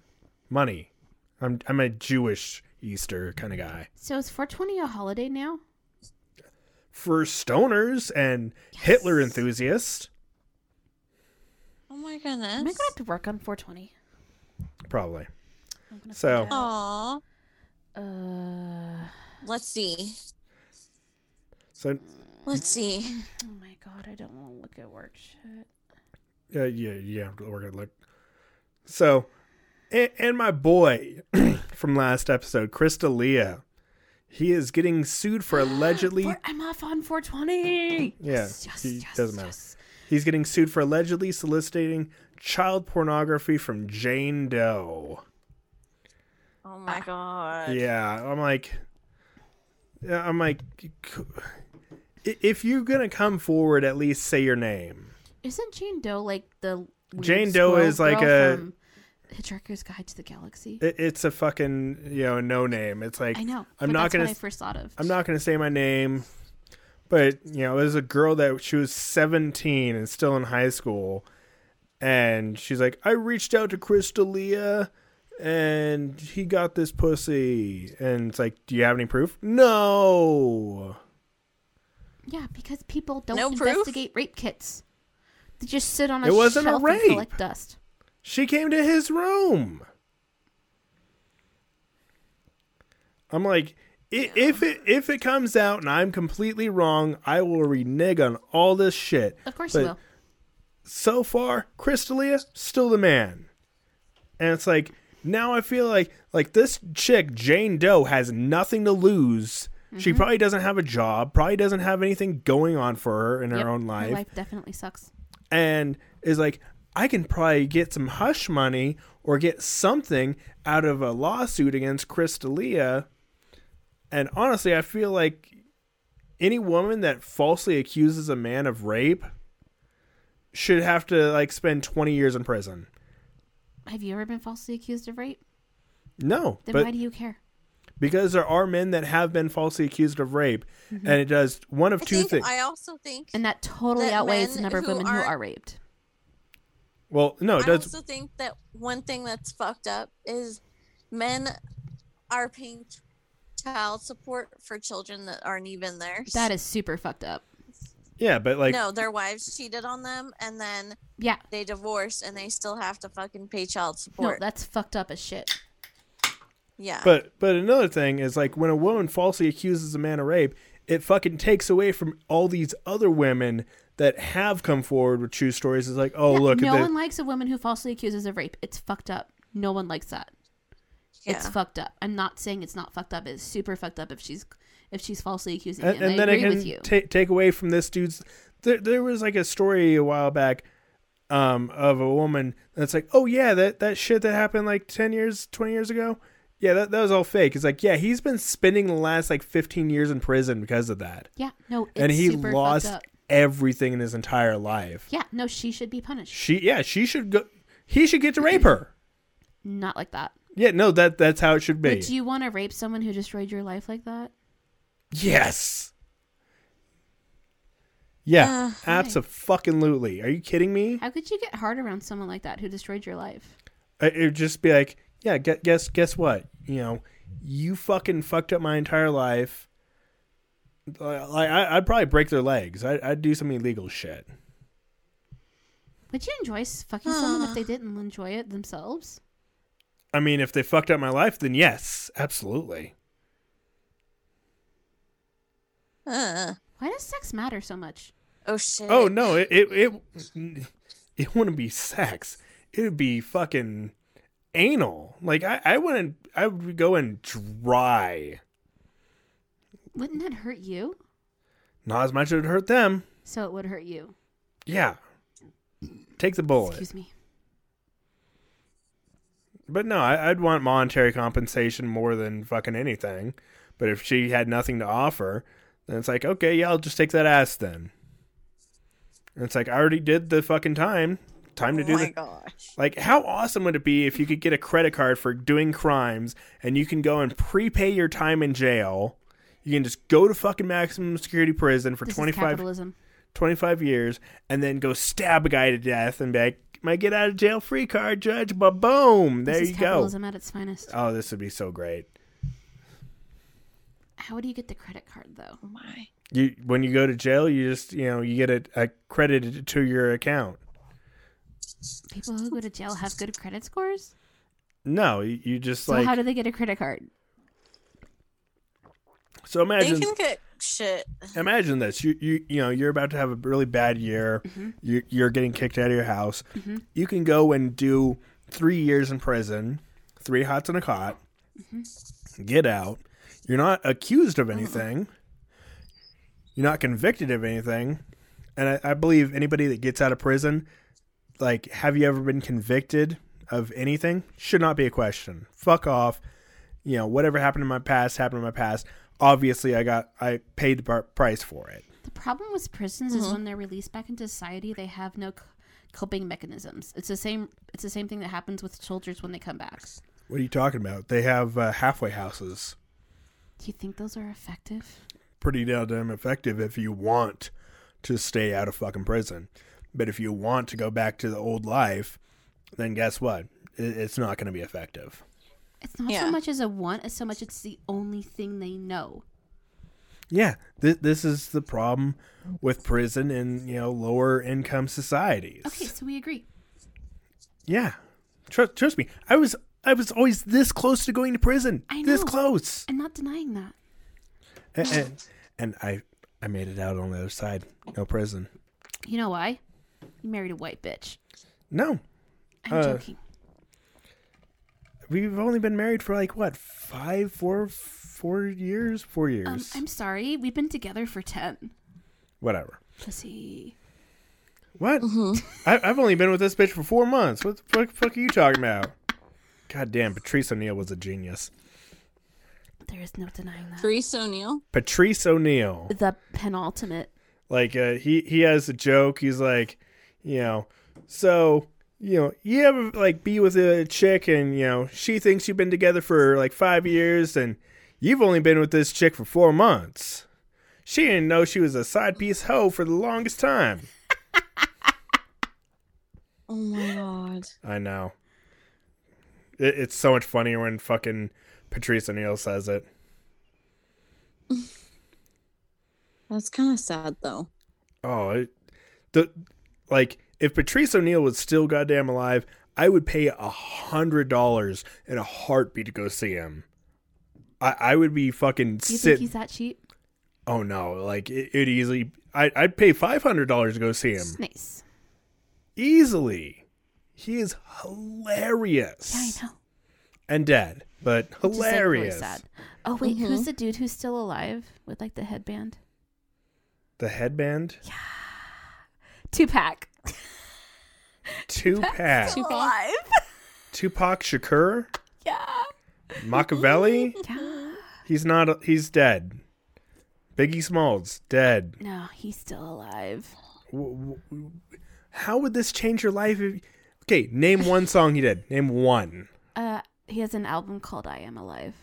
[SPEAKER 1] Money. I'm I'm a Jewish Easter kind of guy.
[SPEAKER 2] So is 420 a holiday now?
[SPEAKER 1] For stoners and Hitler enthusiasts,
[SPEAKER 4] Oh my goodness.
[SPEAKER 2] Am I going to have to work on 420?
[SPEAKER 1] probably.
[SPEAKER 2] I'm gonna
[SPEAKER 1] So-
[SPEAKER 2] find out.
[SPEAKER 4] Aw.
[SPEAKER 2] Uh,
[SPEAKER 4] Let's see.
[SPEAKER 1] So
[SPEAKER 4] Let's see.
[SPEAKER 2] oh my god, I don't want to look at work shit.
[SPEAKER 1] Uh, yeah, yeah, we're gonna look. So, and, and my boy from last episode, Krista Leah, he is getting sued for allegedly.
[SPEAKER 2] Four- I'm off on 420.
[SPEAKER 1] Yeah, he- doesn't matter. He's getting sued for allegedly soliciting child pornography from Jane Doe.
[SPEAKER 4] Oh my god.
[SPEAKER 1] Yeah, I'm like, yeah, I'm like, i- if you're gonna come forward, at least say your name.
[SPEAKER 2] Isn't Jane Doe like the weird
[SPEAKER 1] Jane Doe
[SPEAKER 2] squirrel
[SPEAKER 1] is like
[SPEAKER 2] girl
[SPEAKER 1] a-
[SPEAKER 2] from Hitchhiker's Guide to the Galaxy?
[SPEAKER 1] It, it's a fucking you know no name. It's like
[SPEAKER 2] I know.
[SPEAKER 1] I'm
[SPEAKER 2] but
[SPEAKER 1] not
[SPEAKER 2] that's
[SPEAKER 1] gonna
[SPEAKER 2] What I first thought of.
[SPEAKER 1] I'm not gonna say my name, but you know, there's a girl that she was 17 and still in high school, and she's like, I reached out to Chris D'Elia, and he got this pussy, and it's like, do you have any proof? No.
[SPEAKER 2] Yeah, because people don't
[SPEAKER 4] No proof?
[SPEAKER 2] investigate rape kits. They just sit on a
[SPEAKER 1] It wasn't a
[SPEAKER 2] shelf
[SPEAKER 1] rape.
[SPEAKER 2] and collect dust.
[SPEAKER 1] She came to his room. I'm like, i- if it if it comes out and I'm completely wrong, I will renege on all this shit.
[SPEAKER 2] Of course
[SPEAKER 1] But
[SPEAKER 2] you will.
[SPEAKER 1] so far, Crystalia still the man. And it's like now I feel like like this chick Jane Doe has nothing to lose. She
[SPEAKER 2] Mm-hmm.
[SPEAKER 1] probably doesn't have a job, probably doesn't have anything going on for her in
[SPEAKER 2] Yep,
[SPEAKER 1] her own life,
[SPEAKER 2] Her life definitely sucks.
[SPEAKER 1] and is like I can probably get some hush money or get something out of a lawsuit against Crystalia. And honestly, I feel like any woman that falsely accuses a man of rape should have to like spend 20 years in prison.
[SPEAKER 2] Have you ever been falsely accused of rape?
[SPEAKER 1] No,
[SPEAKER 2] Then
[SPEAKER 1] but
[SPEAKER 2] why do you care?
[SPEAKER 1] because there are men that have been falsely accused of rape, and it does one of
[SPEAKER 4] Mm-hmm. I
[SPEAKER 1] two
[SPEAKER 4] think
[SPEAKER 1] things.
[SPEAKER 4] I also think
[SPEAKER 2] And that totally
[SPEAKER 4] That
[SPEAKER 2] outweighs the
[SPEAKER 4] men
[SPEAKER 2] number of
[SPEAKER 4] who
[SPEAKER 2] women who
[SPEAKER 4] aren't-
[SPEAKER 2] are raped.
[SPEAKER 1] well, no, it
[SPEAKER 4] I
[SPEAKER 1] does.
[SPEAKER 4] also think that one thing that's fucked up is men are paying ch- child support for children that aren't even theirs.
[SPEAKER 2] That is super fucked up.
[SPEAKER 1] Yeah, but like
[SPEAKER 4] no, their wives cheated on them and then
[SPEAKER 2] Yeah.
[SPEAKER 4] they divorce and they still have to fucking pay child
[SPEAKER 2] No,
[SPEAKER 4] support.
[SPEAKER 2] that's fucked up as shit.
[SPEAKER 4] yeah.
[SPEAKER 1] But but another thing is like when a woman falsely accuses a man of rape, it fucking takes away from all these other women that have come forward with true stories. It's like, oh
[SPEAKER 2] Yeah,
[SPEAKER 1] look,
[SPEAKER 2] no
[SPEAKER 1] at
[SPEAKER 2] one
[SPEAKER 1] the,
[SPEAKER 2] likes a woman who falsely accuses of rape. It's fucked up. No one likes that.
[SPEAKER 4] yeah.
[SPEAKER 2] It's fucked up. I'm not saying it's not fucked up. It's super fucked up if she's if she's falsely accusing
[SPEAKER 1] and,
[SPEAKER 2] me. And,
[SPEAKER 1] and
[SPEAKER 2] I
[SPEAKER 1] then it
[SPEAKER 2] agree
[SPEAKER 1] can
[SPEAKER 2] with you.
[SPEAKER 1] ta- take away from this dude's. There, there was like a story a while back, um, of a woman that's like, oh yeah, that that shit that happened like ten years, twenty years ago. Yeah, that, that was all fake. It's like, yeah, he's been spending the last like fifteen years in prison because of that,
[SPEAKER 2] yeah, no, it's
[SPEAKER 1] and he
[SPEAKER 2] super
[SPEAKER 1] lost
[SPEAKER 2] fucked up.
[SPEAKER 1] everything in his entire life.
[SPEAKER 2] Yeah, no, she should be punished.
[SPEAKER 1] She yeah, she should go he should get to rape her.
[SPEAKER 2] Not like that.
[SPEAKER 1] Yeah, no, that that's how it should be.
[SPEAKER 2] But do you want to rape someone who destroyed your life like that?
[SPEAKER 1] yes. Yeah, absolutely. Are you kidding me?
[SPEAKER 2] How could you get hard around someone like that who destroyed your life?
[SPEAKER 1] I- It would just be like, yeah, gu- guess guess what? You know, you fucking fucked up my entire life. Like I, I'd probably break their legs. I, I'd do some illegal shit.
[SPEAKER 2] Would you enjoy s- fucking someone if they didn't enjoy it themselves?
[SPEAKER 1] I mean, if they fucked up my life, then yes, absolutely.
[SPEAKER 4] Uh,
[SPEAKER 2] Why does sex matter so much?
[SPEAKER 4] oh shit.
[SPEAKER 1] Oh no, it it it, it wouldn't be sex. It would be fucking anal. Like I, I wouldn't I would go and dry.
[SPEAKER 2] Wouldn't that hurt you?
[SPEAKER 1] Not as much as it would hurt them.
[SPEAKER 2] So it would hurt you.
[SPEAKER 1] Yeah. Take the bullet.
[SPEAKER 2] Excuse me.
[SPEAKER 1] But no, I, I'd want monetary compensation more than fucking anything. But if she had nothing to offer, then it's like, okay, yeah, I'll just take that ass then. And it's like I already did the fucking time. Time to do
[SPEAKER 4] Oh my
[SPEAKER 1] the
[SPEAKER 4] gosh.
[SPEAKER 1] Like, how awesome would it be if you could get a credit card for doing crimes and you can go and prepay your time in jail? You can just go to fucking maximum security prison for
[SPEAKER 2] This
[SPEAKER 1] twenty
[SPEAKER 2] is
[SPEAKER 1] five
[SPEAKER 2] capitalism.
[SPEAKER 1] 25 years and then go stab a guy to death and be like, my get out of jail free card, Judge. Ba boom. There
[SPEAKER 2] this
[SPEAKER 1] you
[SPEAKER 2] is
[SPEAKER 1] go.
[SPEAKER 2] capitalism at its finest.
[SPEAKER 1] Oh, this would be so great.
[SPEAKER 2] How do you get the credit card though?
[SPEAKER 4] My.
[SPEAKER 1] You When you go to jail, you just, you know, you get it uh, credited to your account.
[SPEAKER 2] People who go to jail have good credit scores.
[SPEAKER 1] No, you, you just
[SPEAKER 2] So
[SPEAKER 1] like.
[SPEAKER 2] how do they get a credit card?
[SPEAKER 1] so
[SPEAKER 4] They
[SPEAKER 1] imagine.
[SPEAKER 4] can get shit.
[SPEAKER 1] imagine this you you you know you're about to have a really bad year you're, you're getting kicked out of your house you can go and do three years in prison three hots and a cot get out you're not accused of anything you're not convicted of anything and I, I believe anybody that gets out of prison, like, have you ever been convicted of anything? Should not be a question. Fuck off. You know, whatever happened in my past happened in my past. Obviously, I got I paid the par- price for it.
[SPEAKER 2] The problem with prisons is when they're released back into society, they have no c- coping mechanisms. It's the same. It's the same thing that happens with soldiers when they come back.
[SPEAKER 1] What are you talking about? They have uh, halfway houses.
[SPEAKER 2] Do you think those are effective?
[SPEAKER 1] Pretty goddamn effective if you want to stay out of fucking prison. But if you want to go back to the old life, then guess what? It, it's not going to be effective.
[SPEAKER 2] It's not so
[SPEAKER 4] Yeah.
[SPEAKER 2] much as a want, as so much it's the only thing they know.
[SPEAKER 1] Yeah, th- this is the problem with prison in you know lower income societies.
[SPEAKER 2] Okay, so we agree.
[SPEAKER 1] Yeah, trust trust me. I was I was always this close to going to prison.
[SPEAKER 2] I
[SPEAKER 1] This
[SPEAKER 2] know.
[SPEAKER 1] close,
[SPEAKER 2] I'm not denying that.
[SPEAKER 1] and, and Eh, and I I made it out on the other side. No prison.
[SPEAKER 2] You know why? You married a white bitch.
[SPEAKER 1] No,
[SPEAKER 2] I'm
[SPEAKER 1] Uh,
[SPEAKER 2] joking.
[SPEAKER 1] we've only been married for like what five, four, four years, four years,
[SPEAKER 2] Um, I'm sorry. We've been together for ten.
[SPEAKER 1] whatever.
[SPEAKER 2] Pussy.
[SPEAKER 1] What?
[SPEAKER 2] Mm-hmm.
[SPEAKER 1] I, I've only been with this bitch for four months. What the fuck, fuck are you talking about? God damn, Patrice O'Neill was a genius.
[SPEAKER 2] There is no denying that.
[SPEAKER 4] Grease O'Neill.
[SPEAKER 1] Patrice O'Neill.
[SPEAKER 2] The penultimate.
[SPEAKER 1] like uh, he he has a joke he's like you know so you know you ever like be with a chick and you know she thinks you've been together for like five years and you've only been with this chick for four months she didn't know she was a side piece hoe for the longest time
[SPEAKER 4] Oh my god.
[SPEAKER 1] i know it, it's so much funnier when fucking patrice o'neill says it
[SPEAKER 4] That's kind of sad though.
[SPEAKER 1] Oh, it, the like if Patrice O'Neill was still goddamn alive, I would pay a hundred dollars in a heartbeat to go see him. I, I would be fucking
[SPEAKER 2] Do you
[SPEAKER 1] sit.
[SPEAKER 2] think he's that cheap?
[SPEAKER 1] Oh no, like it, it'd easily. I I'd pay five hundred dollars to go see him
[SPEAKER 2] Nice.
[SPEAKER 1] easily. He is hilarious.
[SPEAKER 2] Yeah, I know.
[SPEAKER 1] And dead, but
[SPEAKER 2] Which is, like, really
[SPEAKER 1] hilarious.
[SPEAKER 2] sad. Oh wait, who's the dude who's still alive with like the headband?
[SPEAKER 1] The headband,
[SPEAKER 2] Tupac.
[SPEAKER 1] Tupac,
[SPEAKER 4] Tupac.
[SPEAKER 2] Alive.
[SPEAKER 1] Tupac Shakur,
[SPEAKER 2] yeah.
[SPEAKER 1] Machiavelli.
[SPEAKER 2] Yeah.
[SPEAKER 1] He's not. He's dead. Biggie Smalls dead.
[SPEAKER 2] No, he's still alive.
[SPEAKER 1] W- w- How would this change your life? If, okay, name one song he did. Name one.
[SPEAKER 2] Uh, he has an album called "I Am Alive."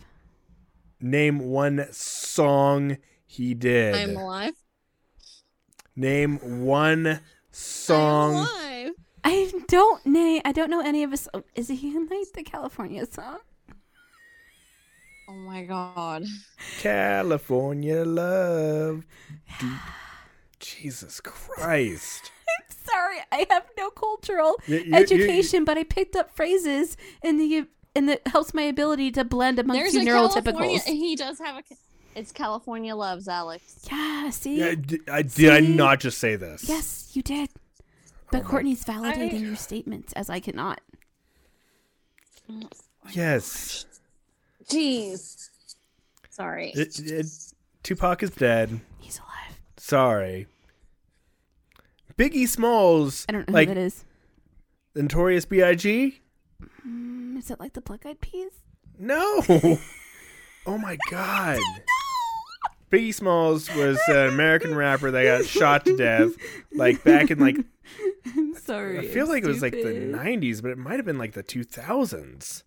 [SPEAKER 1] Name one song he did.
[SPEAKER 4] I'm alive.
[SPEAKER 1] name one
[SPEAKER 4] I'm
[SPEAKER 1] song.
[SPEAKER 4] alive.
[SPEAKER 2] I don't know. I don't know any of his. oh, Is he in like the California song?
[SPEAKER 4] Oh my god.
[SPEAKER 1] California Love. Dude. Jesus Christ.
[SPEAKER 2] Sorry, I have no cultural
[SPEAKER 1] You- you- you-
[SPEAKER 2] education, but I picked up phrases and the and that helps my ability to blend amongst
[SPEAKER 4] There's
[SPEAKER 2] two
[SPEAKER 4] a
[SPEAKER 2] neurotypicals.
[SPEAKER 4] California. He does have a. It's California loves Alex.
[SPEAKER 2] Yeah. See.
[SPEAKER 1] Yeah, d- I, did I
[SPEAKER 2] See?
[SPEAKER 1] not just say this?
[SPEAKER 2] Yes, you did.
[SPEAKER 1] Oh
[SPEAKER 2] But Courtney's validating your statements as I cannot.
[SPEAKER 1] Yes.
[SPEAKER 4] Jeez. Sorry.
[SPEAKER 1] It, it, Tupac is dead.
[SPEAKER 2] He's alive.
[SPEAKER 1] Sorry. Biggie Smalls,
[SPEAKER 2] I don't know
[SPEAKER 1] like
[SPEAKER 2] who that is.
[SPEAKER 1] Notorious B.I.G.
[SPEAKER 2] Mm, Is it like the Black Eyed Peas?
[SPEAKER 1] No. oh my god. Biggie Smalls was an American rapper that got shot to death, like back in like
[SPEAKER 2] I'm sorry.
[SPEAKER 1] I feel
[SPEAKER 2] I'm
[SPEAKER 1] like it was like the
[SPEAKER 2] stupid.
[SPEAKER 1] '90s, but it might have been like the 2000s.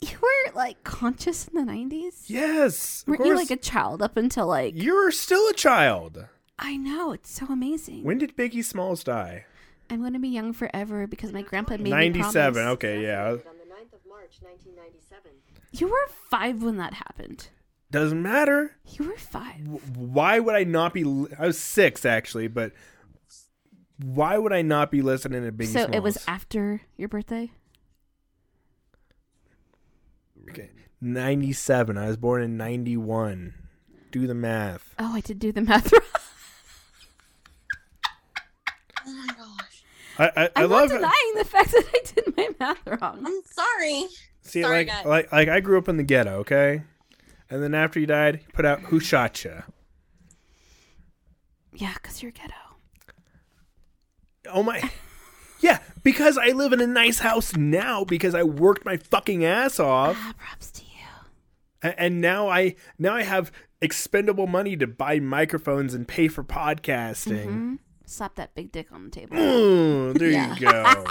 [SPEAKER 2] You were like conscious in the 90s?
[SPEAKER 1] Yes, of
[SPEAKER 2] Weren't you
[SPEAKER 1] course.
[SPEAKER 2] like a child up until like.
[SPEAKER 1] You're still a child.
[SPEAKER 2] I know. It's so amazing.
[SPEAKER 1] When did Biggie Smalls die?
[SPEAKER 2] I'm going to be young forever because my grandpa made me.
[SPEAKER 1] Ninety-seven.
[SPEAKER 2] promise.
[SPEAKER 1] Okay, yeah.
[SPEAKER 2] You were five when that happened.
[SPEAKER 1] Doesn't matter.
[SPEAKER 2] You were five.
[SPEAKER 1] w- why would I not be? li- I was six actually, but why would I not be listening to Biggie
[SPEAKER 2] so it was
[SPEAKER 1] Smalls?
[SPEAKER 2] after your birthday?
[SPEAKER 1] okay. ninety-seven. I was born in ninety-one. Do the math.
[SPEAKER 2] Oh, I did do the math wrong.
[SPEAKER 1] I I, I
[SPEAKER 2] I'm
[SPEAKER 1] love
[SPEAKER 2] not
[SPEAKER 1] it.
[SPEAKER 2] denying the fact that I did my math wrong.
[SPEAKER 4] I'm sorry.
[SPEAKER 1] See,
[SPEAKER 4] Sorry,
[SPEAKER 1] like
[SPEAKER 4] guys.
[SPEAKER 1] like like I grew up in the ghetto, okay, and then after you died, he put out "Who Shot Ya."
[SPEAKER 2] Yeah, because you're ghetto.
[SPEAKER 1] Oh my. Yeah, because I live in a nice house now because I worked my fucking ass off,
[SPEAKER 2] Ah, props to you.
[SPEAKER 1] a- and now I now I have expendable money to buy microphones and pay for podcasting.
[SPEAKER 2] Slap that big dick on the table.
[SPEAKER 1] Ooh, there you go.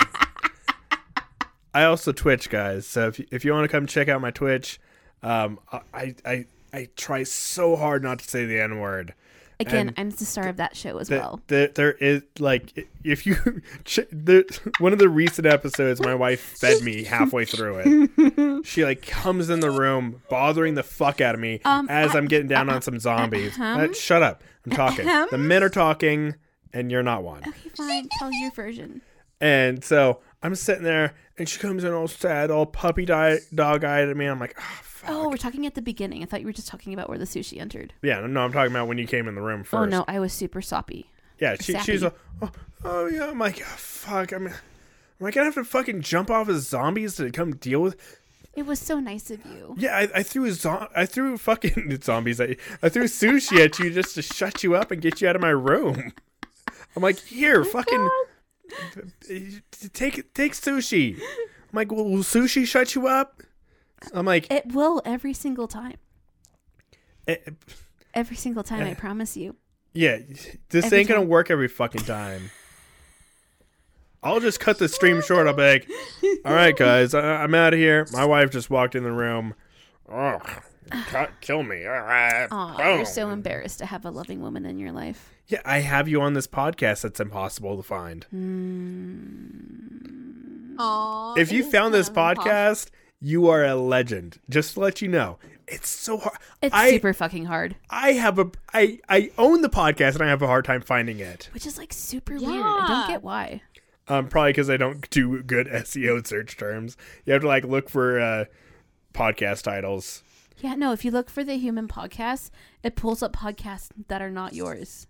[SPEAKER 1] I also Twitch, guys. So if you, if you want to come check out my Twitch, um, I I I try so hard not to say the N word.
[SPEAKER 2] Again,
[SPEAKER 1] and
[SPEAKER 2] I'm the star of that show as
[SPEAKER 1] that-
[SPEAKER 2] well.
[SPEAKER 1] that there is like if you ch- the, one of the recent episodes my wife fed me halfway through it she like comes in the room bothering the fuck out of me
[SPEAKER 2] Um,
[SPEAKER 1] as
[SPEAKER 2] I- uh-huh.
[SPEAKER 1] i'm getting down on some zombies
[SPEAKER 2] ahem.
[SPEAKER 1] Uh, shut up i'm talking
[SPEAKER 2] Ahem.
[SPEAKER 1] the men are talking and you're not one
[SPEAKER 2] Okay, fine. Tell your version.
[SPEAKER 1] and so i'm sitting there and she comes in all sad all puppy di- dog eyed at me i'm like oh, fuck.
[SPEAKER 2] Oh, we're talking at the beginning. I thought you were just talking about where the sushi entered.
[SPEAKER 1] yeah no i'm talking about when you came in the room first
[SPEAKER 2] Oh no, I was super soppy.
[SPEAKER 1] Yeah, she,
[SPEAKER 2] Sappy.
[SPEAKER 1] she's like, oh, oh yeah. I'm like, oh, fuck. I'm, am I gonna have to fucking jump off of zombies to come deal with?
[SPEAKER 2] It was so nice of you.
[SPEAKER 1] Yeah, I, I threw a zo- I threw fucking zombies at you. I threw sushi at you just to shut you up and get you out of my room. I'm like, here, fucking, take take sushi. I'm like, well, will sushi shut you up? I'm like,
[SPEAKER 2] It will every single time.
[SPEAKER 1] eh,
[SPEAKER 2] Every single time, I promise you.
[SPEAKER 1] Yeah, this
[SPEAKER 2] Every
[SPEAKER 1] ain't gonna
[SPEAKER 2] time.
[SPEAKER 1] work every fucking time. I'll just cut the stream short. I'll be like, all right, guys, I- I'm out of here. My wife just walked in the room. Oh, cut, kill me. All right.
[SPEAKER 2] Oh,
[SPEAKER 1] boom.
[SPEAKER 2] you're so embarrassed to have a loving woman in your life.
[SPEAKER 1] yeah, I have you on this podcast that's impossible to find.
[SPEAKER 4] Aw,
[SPEAKER 1] if you
[SPEAKER 4] it's
[SPEAKER 1] found this
[SPEAKER 4] not impossible.
[SPEAKER 1] podcast, you are a legend. Just to let you know, it's so hard.
[SPEAKER 2] It's
[SPEAKER 1] I,
[SPEAKER 2] super fucking hard,
[SPEAKER 1] I have a, I, I own the podcast and I have a hard time finding it.
[SPEAKER 2] which is like super weird. I don't
[SPEAKER 4] Yeah.
[SPEAKER 2] get why.
[SPEAKER 1] Um, probably because I don't do good SEO search terms. You have to like look for uh, podcast titles.
[SPEAKER 2] Yeah, no, if you look for the human podcast, it pulls up podcasts that are not yours.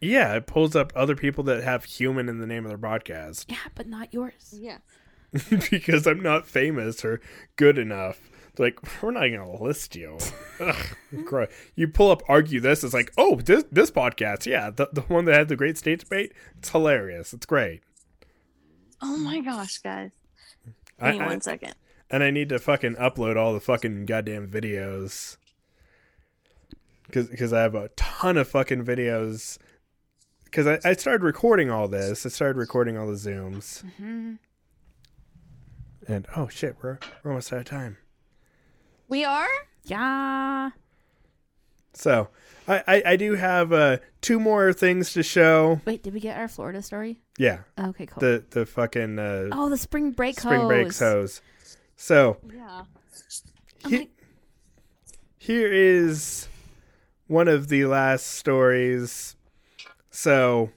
[SPEAKER 1] Yeah, it pulls up other people that have human in the name of their podcast
[SPEAKER 2] Yeah, but not yours.
[SPEAKER 4] Yeah.
[SPEAKER 1] because I'm not famous or good enough. They're like, we're not gonna list you. Ugh, gross. you pull up, argue this. It's like, oh, this this podcast, yeah, the, the one that had the great state debate. It's hilarious. It's great.
[SPEAKER 3] Oh my gosh, guys.
[SPEAKER 1] I-
[SPEAKER 3] Give me
[SPEAKER 1] I-
[SPEAKER 3] one second.
[SPEAKER 1] And I need to fucking upload all the fucking goddamn videos. Because I have a ton of fucking videos. Because I, I started recording all this. I started recording all the Zooms. And oh shit, we're, we're almost out of time.
[SPEAKER 4] We are?
[SPEAKER 2] Yeah.
[SPEAKER 1] So I, I, I do have uh, two more things to show.
[SPEAKER 2] Wait, did we get our Florida story?
[SPEAKER 1] Yeah.
[SPEAKER 2] Okay, cool.
[SPEAKER 1] The, the fucking uh,
[SPEAKER 2] oh, the spring break
[SPEAKER 1] spring
[SPEAKER 2] hose.
[SPEAKER 1] breaks hose. So
[SPEAKER 4] Yeah.
[SPEAKER 1] He- here is one of the last stories. So,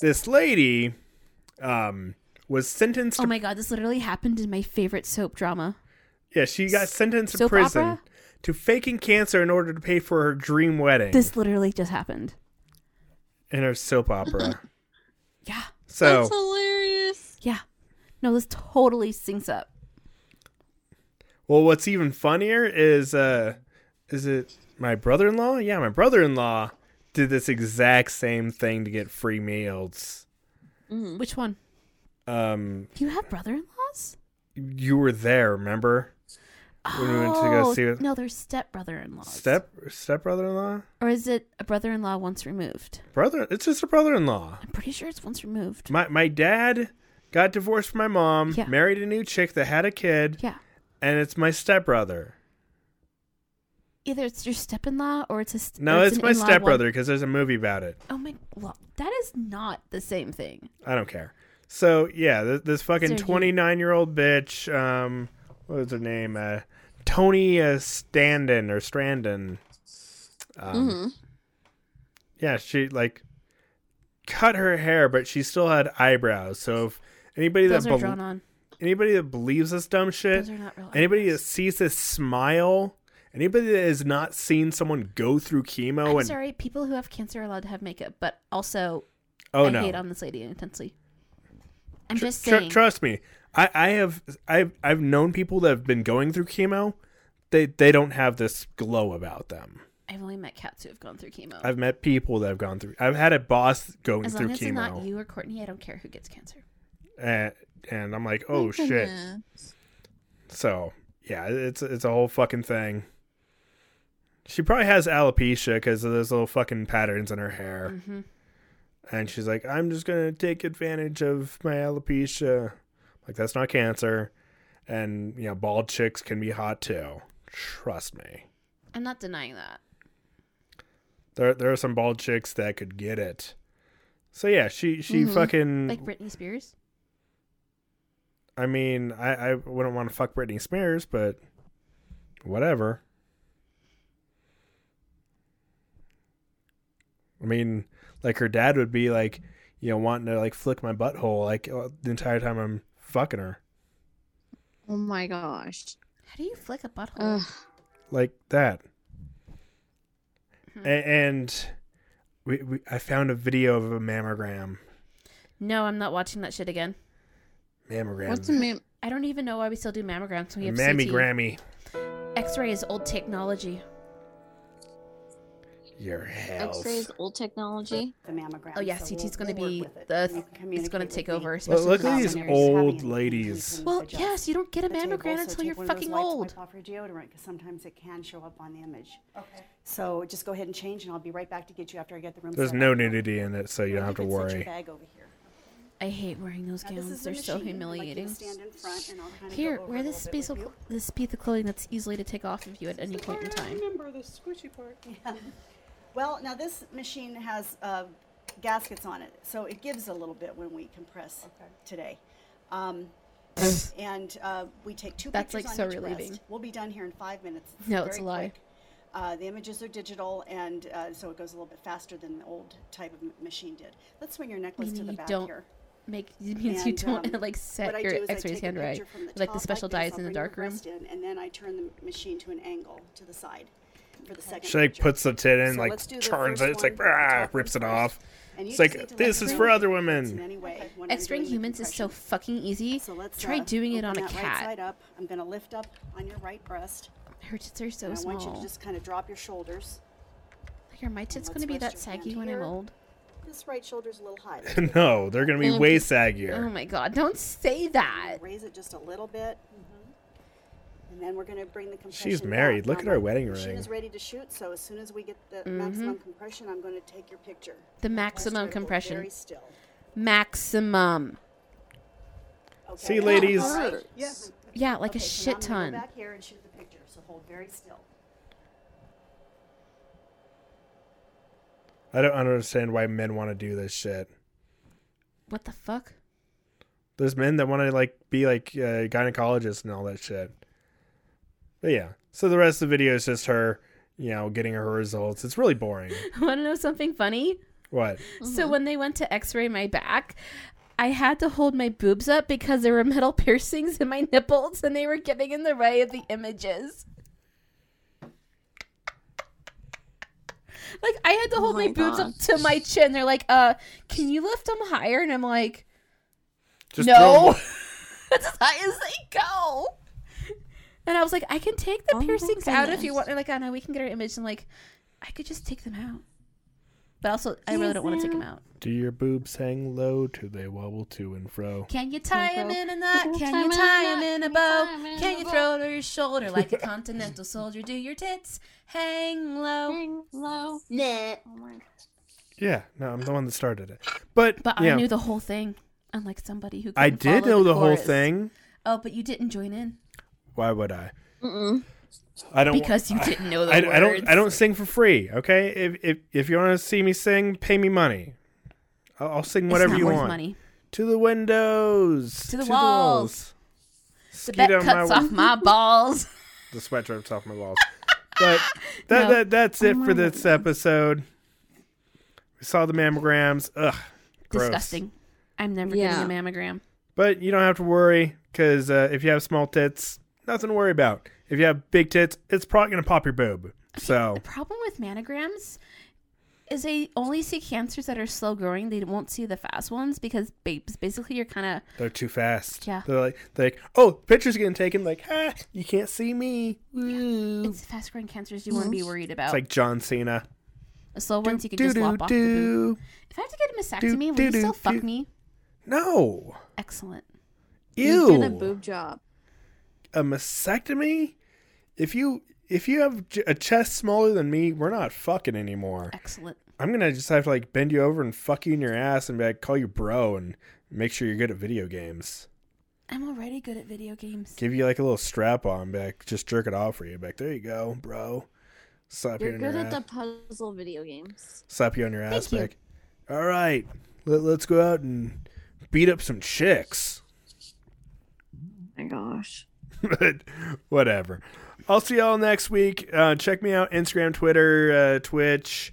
[SPEAKER 1] this lady um, was sentenced.
[SPEAKER 2] Oh
[SPEAKER 1] to,
[SPEAKER 2] my god, this literally happened in my favorite soap drama.
[SPEAKER 1] yeah, she got sentenced to
[SPEAKER 2] Soap
[SPEAKER 1] prison
[SPEAKER 2] opera?
[SPEAKER 1] to faking cancer in order to pay for her dream wedding
[SPEAKER 2] This literally just happened.
[SPEAKER 1] in her soap opera.
[SPEAKER 2] Yeah.
[SPEAKER 1] So,
[SPEAKER 4] That's hilarious.
[SPEAKER 2] Yeah. No, this totally syncs up.
[SPEAKER 1] well, what's even funnier is uh, is it my brother in law? Yeah, my brother in law did this exact same thing to get free meals.
[SPEAKER 2] Which one?
[SPEAKER 1] Um,
[SPEAKER 2] Hmm. Do you have brother in laws?
[SPEAKER 1] you were there, remember? When we went to go see it-
[SPEAKER 2] Oh, No, they're step brother in laws.
[SPEAKER 1] Step step brother in law?
[SPEAKER 2] Or is it a brother in law once removed?
[SPEAKER 1] Brother it's just a brother in law.
[SPEAKER 2] I'm pretty sure it's once removed.
[SPEAKER 1] My my dad got divorced from my mom,
[SPEAKER 2] Yeah.
[SPEAKER 1] married a new chick that had a kid,
[SPEAKER 2] Yeah.
[SPEAKER 1] and it's my stepbrother.
[SPEAKER 2] Either it's your step in law or it's a st-
[SPEAKER 1] No,
[SPEAKER 2] or
[SPEAKER 1] it's,
[SPEAKER 2] an
[SPEAKER 1] my
[SPEAKER 2] in-law
[SPEAKER 1] stepbrother because there's a movie about it.
[SPEAKER 2] one- Oh my well, that is not the same thing.
[SPEAKER 1] I don't care. So yeah, this, this
[SPEAKER 2] So
[SPEAKER 1] fucking
[SPEAKER 2] you-
[SPEAKER 1] twenty nine year old bitch, um what was her name? Uh Tony uh, Standen or Strandon. Um,
[SPEAKER 2] Mm-hmm.
[SPEAKER 4] Mm-hmm.
[SPEAKER 1] Yeah, she like cut her hair, but she still had eyebrows. So if anybody
[SPEAKER 2] Those
[SPEAKER 1] that
[SPEAKER 2] are
[SPEAKER 1] bel-
[SPEAKER 2] drawn on.
[SPEAKER 1] anybody that believes this dumb shit,
[SPEAKER 2] Those are not real
[SPEAKER 1] anybody that sees this smile, anybody that has not seen someone go through chemo
[SPEAKER 2] I'm
[SPEAKER 1] and
[SPEAKER 2] sorry, people who have cancer are allowed to have makeup, but also
[SPEAKER 1] oh
[SPEAKER 2] I
[SPEAKER 1] no,
[SPEAKER 2] hate on this lady intensely. I'm
[SPEAKER 1] Tr-
[SPEAKER 2] just
[SPEAKER 1] tr-
[SPEAKER 2] saying.
[SPEAKER 1] trust me, I, I have I've I've known people that have been going through chemo, they they don't have this glow about them.
[SPEAKER 2] I've only met cats who have gone through chemo.
[SPEAKER 1] I've met people that have gone through. I've had a boss going
[SPEAKER 2] as
[SPEAKER 1] through
[SPEAKER 2] long as it's not
[SPEAKER 1] chemo,
[SPEAKER 2] you or Courtney, I don't care who gets cancer.
[SPEAKER 1] and, and I'm like, oh shit.
[SPEAKER 4] Yeah.
[SPEAKER 1] So yeah, it's it's a whole fucking thing. She probably has alopecia because of those little fucking patterns in her hair, and she's like, "I'm just gonna take advantage of my alopecia." Like that's not cancer, and you know, bald chicks can be hot too. Trust me,
[SPEAKER 2] I'm not denying that.
[SPEAKER 1] there there are some bald chicks that could get it. So yeah, she she fucking.
[SPEAKER 2] Like Britney Spears.
[SPEAKER 1] I mean, I I wouldn't want to fuck Britney Spears, but whatever. I mean, like her dad would be like, you know, wanting to like flick my butthole like uh, the entire time I'm fucking her,
[SPEAKER 4] Oh my gosh.
[SPEAKER 2] How do you flick a butthole?
[SPEAKER 1] like that. A- and we, we, I found a video of a mammogram.
[SPEAKER 2] No, I'm not watching that shit again.
[SPEAKER 1] Mammogram.
[SPEAKER 4] What's the name?
[SPEAKER 2] I don't even know why we still do mammograms. When we have
[SPEAKER 1] Mammy
[SPEAKER 2] CT.
[SPEAKER 1] Grammy.
[SPEAKER 2] X-ray is old technology.
[SPEAKER 1] Your health.
[SPEAKER 3] X-rays, old technology.
[SPEAKER 8] the mammogram.
[SPEAKER 2] Oh yeah,
[SPEAKER 8] so
[SPEAKER 2] CT's
[SPEAKER 8] we'll-
[SPEAKER 2] going to
[SPEAKER 8] we'll
[SPEAKER 2] be
[SPEAKER 8] work with it. You
[SPEAKER 2] the
[SPEAKER 8] can
[SPEAKER 2] it's
[SPEAKER 8] communicate
[SPEAKER 2] going
[SPEAKER 8] with
[SPEAKER 2] to take
[SPEAKER 8] me.
[SPEAKER 2] over.
[SPEAKER 1] Look,
[SPEAKER 2] Especially
[SPEAKER 1] look
[SPEAKER 2] for
[SPEAKER 1] at these
[SPEAKER 8] Having
[SPEAKER 2] listeners.
[SPEAKER 8] a
[SPEAKER 1] old
[SPEAKER 8] complete
[SPEAKER 1] ladies.
[SPEAKER 2] Well,
[SPEAKER 8] adjust
[SPEAKER 2] yes, you don't get a
[SPEAKER 8] the table,
[SPEAKER 2] mammogram
[SPEAKER 8] so
[SPEAKER 2] until
[SPEAKER 8] take
[SPEAKER 2] you're
[SPEAKER 8] one of those
[SPEAKER 2] fucking
[SPEAKER 8] wipes to
[SPEAKER 2] old.
[SPEAKER 8] Wipe off your deodorant because sometimes it can show up on the image. Okay. So just go ahead and change, and I'll be right back to get you after I get the room.
[SPEAKER 1] There's
[SPEAKER 8] set
[SPEAKER 1] no
[SPEAKER 8] up.
[SPEAKER 1] nudity in it, so you don't have to
[SPEAKER 8] can set your
[SPEAKER 1] worry.
[SPEAKER 8] bag over here.
[SPEAKER 2] I hate wearing those
[SPEAKER 8] Now, this
[SPEAKER 2] gowns.
[SPEAKER 8] is the
[SPEAKER 2] They're so
[SPEAKER 8] machine. I'd like you to
[SPEAKER 2] humiliating.
[SPEAKER 8] stand in front, and I'll kinda go
[SPEAKER 2] Here,
[SPEAKER 8] over
[SPEAKER 2] wear
[SPEAKER 8] it a
[SPEAKER 2] this
[SPEAKER 8] little bit
[SPEAKER 2] piece of
[SPEAKER 8] with
[SPEAKER 2] cl- this piece of clothing that's easily to take off of you at any point in time.
[SPEAKER 8] you. Yeah. Well, now this machine has uh, gaskets on it, so it gives a little bit when we compress today. Um, and uh, we take two
[SPEAKER 2] That's,
[SPEAKER 8] pictures
[SPEAKER 2] like,
[SPEAKER 8] on
[SPEAKER 2] so
[SPEAKER 8] each
[SPEAKER 2] relieving.
[SPEAKER 8] breast. We'll be done here in five minutes.
[SPEAKER 2] No, it's
[SPEAKER 8] very
[SPEAKER 2] a lie.
[SPEAKER 8] quick. Uh, the images are digital, and uh, so it goes a little bit faster than the old type of m- machine did. Let's swing your necklace
[SPEAKER 2] Meaning
[SPEAKER 8] to the
[SPEAKER 2] you
[SPEAKER 8] back
[SPEAKER 2] don't
[SPEAKER 8] here.
[SPEAKER 2] make it means you
[SPEAKER 8] And,
[SPEAKER 2] don't
[SPEAKER 8] um,
[SPEAKER 2] like
[SPEAKER 8] what I
[SPEAKER 2] set
[SPEAKER 8] do
[SPEAKER 2] your
[SPEAKER 8] is I
[SPEAKER 2] X-rays
[SPEAKER 8] take a
[SPEAKER 2] hand right,
[SPEAKER 8] picture from
[SPEAKER 2] like the
[SPEAKER 8] top
[SPEAKER 2] special
[SPEAKER 8] this,
[SPEAKER 2] dyes
[SPEAKER 8] I'll
[SPEAKER 2] in the
[SPEAKER 8] bring your
[SPEAKER 2] dark room.
[SPEAKER 8] breast in, and then I turn the machine to an angle to the side for the second.
[SPEAKER 1] She like
[SPEAKER 8] picture.
[SPEAKER 1] puts the tit in,
[SPEAKER 8] So
[SPEAKER 1] like
[SPEAKER 8] let's do the
[SPEAKER 1] turns
[SPEAKER 8] first
[SPEAKER 1] it. It's like
[SPEAKER 8] one,
[SPEAKER 1] rah,
[SPEAKER 8] top one
[SPEAKER 1] rips it
[SPEAKER 8] first.
[SPEAKER 1] off.
[SPEAKER 8] And you
[SPEAKER 1] It's
[SPEAKER 8] just
[SPEAKER 1] like
[SPEAKER 8] need to let
[SPEAKER 1] this
[SPEAKER 8] the
[SPEAKER 1] is
[SPEAKER 8] brain
[SPEAKER 1] for other
[SPEAKER 8] work its in
[SPEAKER 1] women.
[SPEAKER 8] any way when I'm
[SPEAKER 2] X-raying
[SPEAKER 8] doing the
[SPEAKER 2] humans is so
[SPEAKER 8] compression.
[SPEAKER 2] fucking easy.
[SPEAKER 8] So let's
[SPEAKER 2] Try
[SPEAKER 8] uh,
[SPEAKER 2] doing it on
[SPEAKER 8] open
[SPEAKER 2] a
[SPEAKER 8] that
[SPEAKER 2] cat.
[SPEAKER 8] Right side up. I'm going to lift up on your right breast.
[SPEAKER 2] Her tits are so
[SPEAKER 8] and I
[SPEAKER 2] small.
[SPEAKER 8] want you to just kind of drop your shoulders.
[SPEAKER 2] like, are my tits
[SPEAKER 8] let's
[SPEAKER 2] gonna be
[SPEAKER 8] rest
[SPEAKER 2] that
[SPEAKER 8] your hand
[SPEAKER 2] saggy when I'm
[SPEAKER 8] here.
[SPEAKER 2] old?
[SPEAKER 8] This right shoulder's a little high. Let's
[SPEAKER 1] no, they're gonna be way
[SPEAKER 2] Oh
[SPEAKER 1] saggier.
[SPEAKER 2] my god! Don't say that.
[SPEAKER 8] Raise it just a little bit. And then we're going to bring the compression.
[SPEAKER 1] Mm-hmm. She's married.
[SPEAKER 8] back.
[SPEAKER 1] Look
[SPEAKER 8] Now
[SPEAKER 1] at her
[SPEAKER 8] my
[SPEAKER 1] wedding
[SPEAKER 8] machine
[SPEAKER 1] ring.
[SPEAKER 8] is ready to shoot, so as soon as we get the maximum compression, I'm going to take your picture.
[SPEAKER 2] Mm-hmm. The
[SPEAKER 8] Rest of it
[SPEAKER 2] maximum
[SPEAKER 8] will be
[SPEAKER 2] compression.
[SPEAKER 8] Very still.
[SPEAKER 2] Maximum.
[SPEAKER 8] Okay.
[SPEAKER 1] See, ladies,
[SPEAKER 8] Yes.
[SPEAKER 2] Yeah, like
[SPEAKER 8] Okay,
[SPEAKER 2] a
[SPEAKER 8] so now
[SPEAKER 2] shit
[SPEAKER 8] I'm gonna
[SPEAKER 2] ton.
[SPEAKER 8] Go back here and shoot the picture. So hold very still.
[SPEAKER 1] I don't understand why men want to do this shit.
[SPEAKER 2] What the fuck?
[SPEAKER 1] There's men that want to like be like uh, gynecologists and all that shit. But yeah, so the rest of the video is just her, you know, getting her results. It's really boring.
[SPEAKER 2] Want to know something funny?
[SPEAKER 1] What?
[SPEAKER 2] So when they went to X-ray my back. I had to hold my boobs up because there were metal piercings in my nipples and they were getting in the way of the images. Like I had to hold my, boobs up to my chin. They're like, "Uh, can you lift them higher?" And I'm like,
[SPEAKER 1] Just throw-
[SPEAKER 2] No. That's as high as they go. And I was like, I can take the
[SPEAKER 4] Oh my
[SPEAKER 2] piercings out if you
[SPEAKER 4] goodness.
[SPEAKER 2] want. They're like, oh no, we can get our image. And like, I could just take them out. But also, I really don't want to take them out.
[SPEAKER 1] Do your boobs hang low? Do they wobble to and fro?
[SPEAKER 2] Can you tie him in a knot? Can you
[SPEAKER 4] Tie 'em in a
[SPEAKER 2] tie
[SPEAKER 4] knot?
[SPEAKER 2] him in a
[SPEAKER 4] Can you
[SPEAKER 2] bow?
[SPEAKER 4] tie 'em in
[SPEAKER 2] Can
[SPEAKER 4] a
[SPEAKER 2] you
[SPEAKER 4] bow?
[SPEAKER 2] throw it over your shoulder like a continental soldier? Do your tits hang low?
[SPEAKER 4] Hang low.
[SPEAKER 2] Nah.
[SPEAKER 1] Yeah, no, I'm the one that started it. But
[SPEAKER 2] But
[SPEAKER 1] yeah,
[SPEAKER 2] I knew the whole thing. Unlike somebody who
[SPEAKER 1] I
[SPEAKER 2] couldn't
[SPEAKER 1] did
[SPEAKER 2] follow
[SPEAKER 1] know the whole
[SPEAKER 2] chorus.
[SPEAKER 1] thing.
[SPEAKER 2] Oh, but you didn't join in
[SPEAKER 1] Why would I? I don't
[SPEAKER 2] because you didn't know the
[SPEAKER 1] I,
[SPEAKER 2] words.
[SPEAKER 1] I don't. I don't sing for free. Okay. If if if you want to see me sing, pay me money. I'll, I'll sing
[SPEAKER 2] It's
[SPEAKER 1] whatever
[SPEAKER 2] not
[SPEAKER 1] you
[SPEAKER 2] worth
[SPEAKER 1] want.
[SPEAKER 2] money.
[SPEAKER 1] To the windows.
[SPEAKER 2] To the walls. The
[SPEAKER 1] Skeet
[SPEAKER 2] bet
[SPEAKER 1] on
[SPEAKER 2] cuts
[SPEAKER 1] my-
[SPEAKER 2] off my balls.
[SPEAKER 1] The sweat drips off my walls. but that,
[SPEAKER 2] No.
[SPEAKER 1] that that's it for this episode. We saw the mammograms. Ugh. Gross.
[SPEAKER 2] Disgusting. I'm never
[SPEAKER 4] Yeah.
[SPEAKER 2] getting a mammogram.
[SPEAKER 1] But you don't have to worry because uh, if you have small tits, nothing to worry about. If you have big tits, it's probably gonna pop your boob. So
[SPEAKER 2] The problem with mammograms is they only see cancers that are slow growing. They won't see the fast ones because babes, basically, you're kind of
[SPEAKER 1] They're too fast.
[SPEAKER 2] Yeah.
[SPEAKER 1] They're like, they're like, oh, picture's getting taken. Like, ha, you can't see me. Woo. It's,
[SPEAKER 2] it's fast growing cancers you want to be worried about.
[SPEAKER 1] like John Cena.
[SPEAKER 2] the slow ones you can
[SPEAKER 1] Do
[SPEAKER 2] just
[SPEAKER 1] do
[SPEAKER 2] lop off the boot.
[SPEAKER 1] do.
[SPEAKER 2] If I have to get a mastectomy, will
[SPEAKER 1] do,
[SPEAKER 2] you
[SPEAKER 1] do,
[SPEAKER 2] still fuck
[SPEAKER 1] do.
[SPEAKER 2] me?
[SPEAKER 1] No.
[SPEAKER 2] Excellent.
[SPEAKER 1] Ew.
[SPEAKER 9] Get a boob job.
[SPEAKER 1] a mastectomy if you if you have j- a chest smaller than me we're not fucking anymore
[SPEAKER 2] Excellent.
[SPEAKER 1] i'm gonna just have to like bend you over and fuck you in your ass and be like call you bro and make sure you're good at video games
[SPEAKER 2] I'm already good at video games.
[SPEAKER 1] give you like a little strap on back just jerk it off for you back there you go bro slap you
[SPEAKER 9] You're
[SPEAKER 1] on
[SPEAKER 9] good
[SPEAKER 1] your
[SPEAKER 9] at
[SPEAKER 1] ass
[SPEAKER 9] the puzzle video games.
[SPEAKER 1] slap you on your ass back all right let, let's go out and beat up some chicks
[SPEAKER 9] my gosh.
[SPEAKER 1] but whatever. I'll see y'all next week. Uh, check me out Instagram, Twitter, uh, Twitch,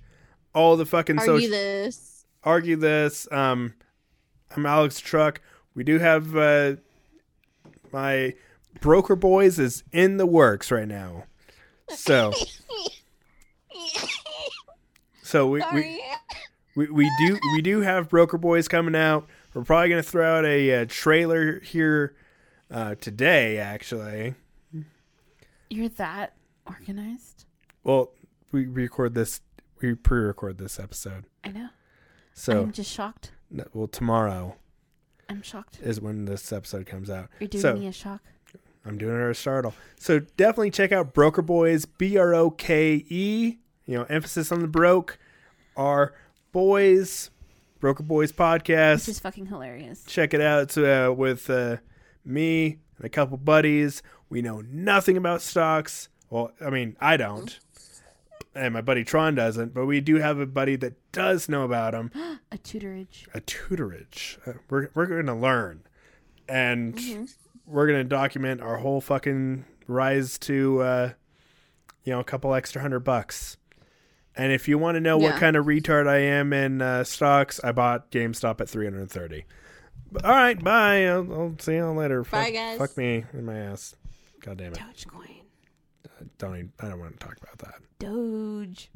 [SPEAKER 1] all the fucking
[SPEAKER 9] Argue
[SPEAKER 1] social.
[SPEAKER 9] this.
[SPEAKER 1] Argue this. Um, I'm Alex Truck. We do have uh, my broker boys is in the works right now. So, so we, we we we do we do have broker boys coming out. We're probably gonna throw out a, uh trailer here uh, today, actually.
[SPEAKER 2] You're that organized.
[SPEAKER 1] Well, we record this. We pre-record this episode,
[SPEAKER 2] I know.
[SPEAKER 1] so
[SPEAKER 2] I'm just shocked.
[SPEAKER 1] no- well, tomorrow
[SPEAKER 2] I'm shocked.
[SPEAKER 1] is when this episode comes out.
[SPEAKER 2] You're doing
[SPEAKER 1] so
[SPEAKER 2] me a shock.
[SPEAKER 1] I'm doing it at a startle. So definitely check out Broker Boys, B R O K E. You know, emphasis on the broke. Our boys, Broker Boys
[SPEAKER 2] This
[SPEAKER 1] podcast.
[SPEAKER 2] is fucking hilarious.
[SPEAKER 1] check it out. It's uh, with uh, me and a couple buddies. We know nothing about stocks. Well, I mean, I don't. And my buddy Tron doesn't, but we do have a buddy that does know about them.
[SPEAKER 2] A tutorage.
[SPEAKER 1] A tutorage. Uh, we're we're going to learn, and we're going to document our whole fucking rise to, uh, you know, a couple extra hundred bucks. And if you want to know what
[SPEAKER 9] Yeah.
[SPEAKER 1] kind of retard I am in uh, stocks, I bought GameStop at three hundred and thirty. All right, bye. I'll, I'll see you later.
[SPEAKER 4] Bye,
[SPEAKER 1] fuck,
[SPEAKER 4] guys.
[SPEAKER 1] Fuck me in my ass. God damn it. Uh, e,
[SPEAKER 2] Dogecoin.
[SPEAKER 1] Don't. Even, I don't want to talk about that.
[SPEAKER 2] Doge.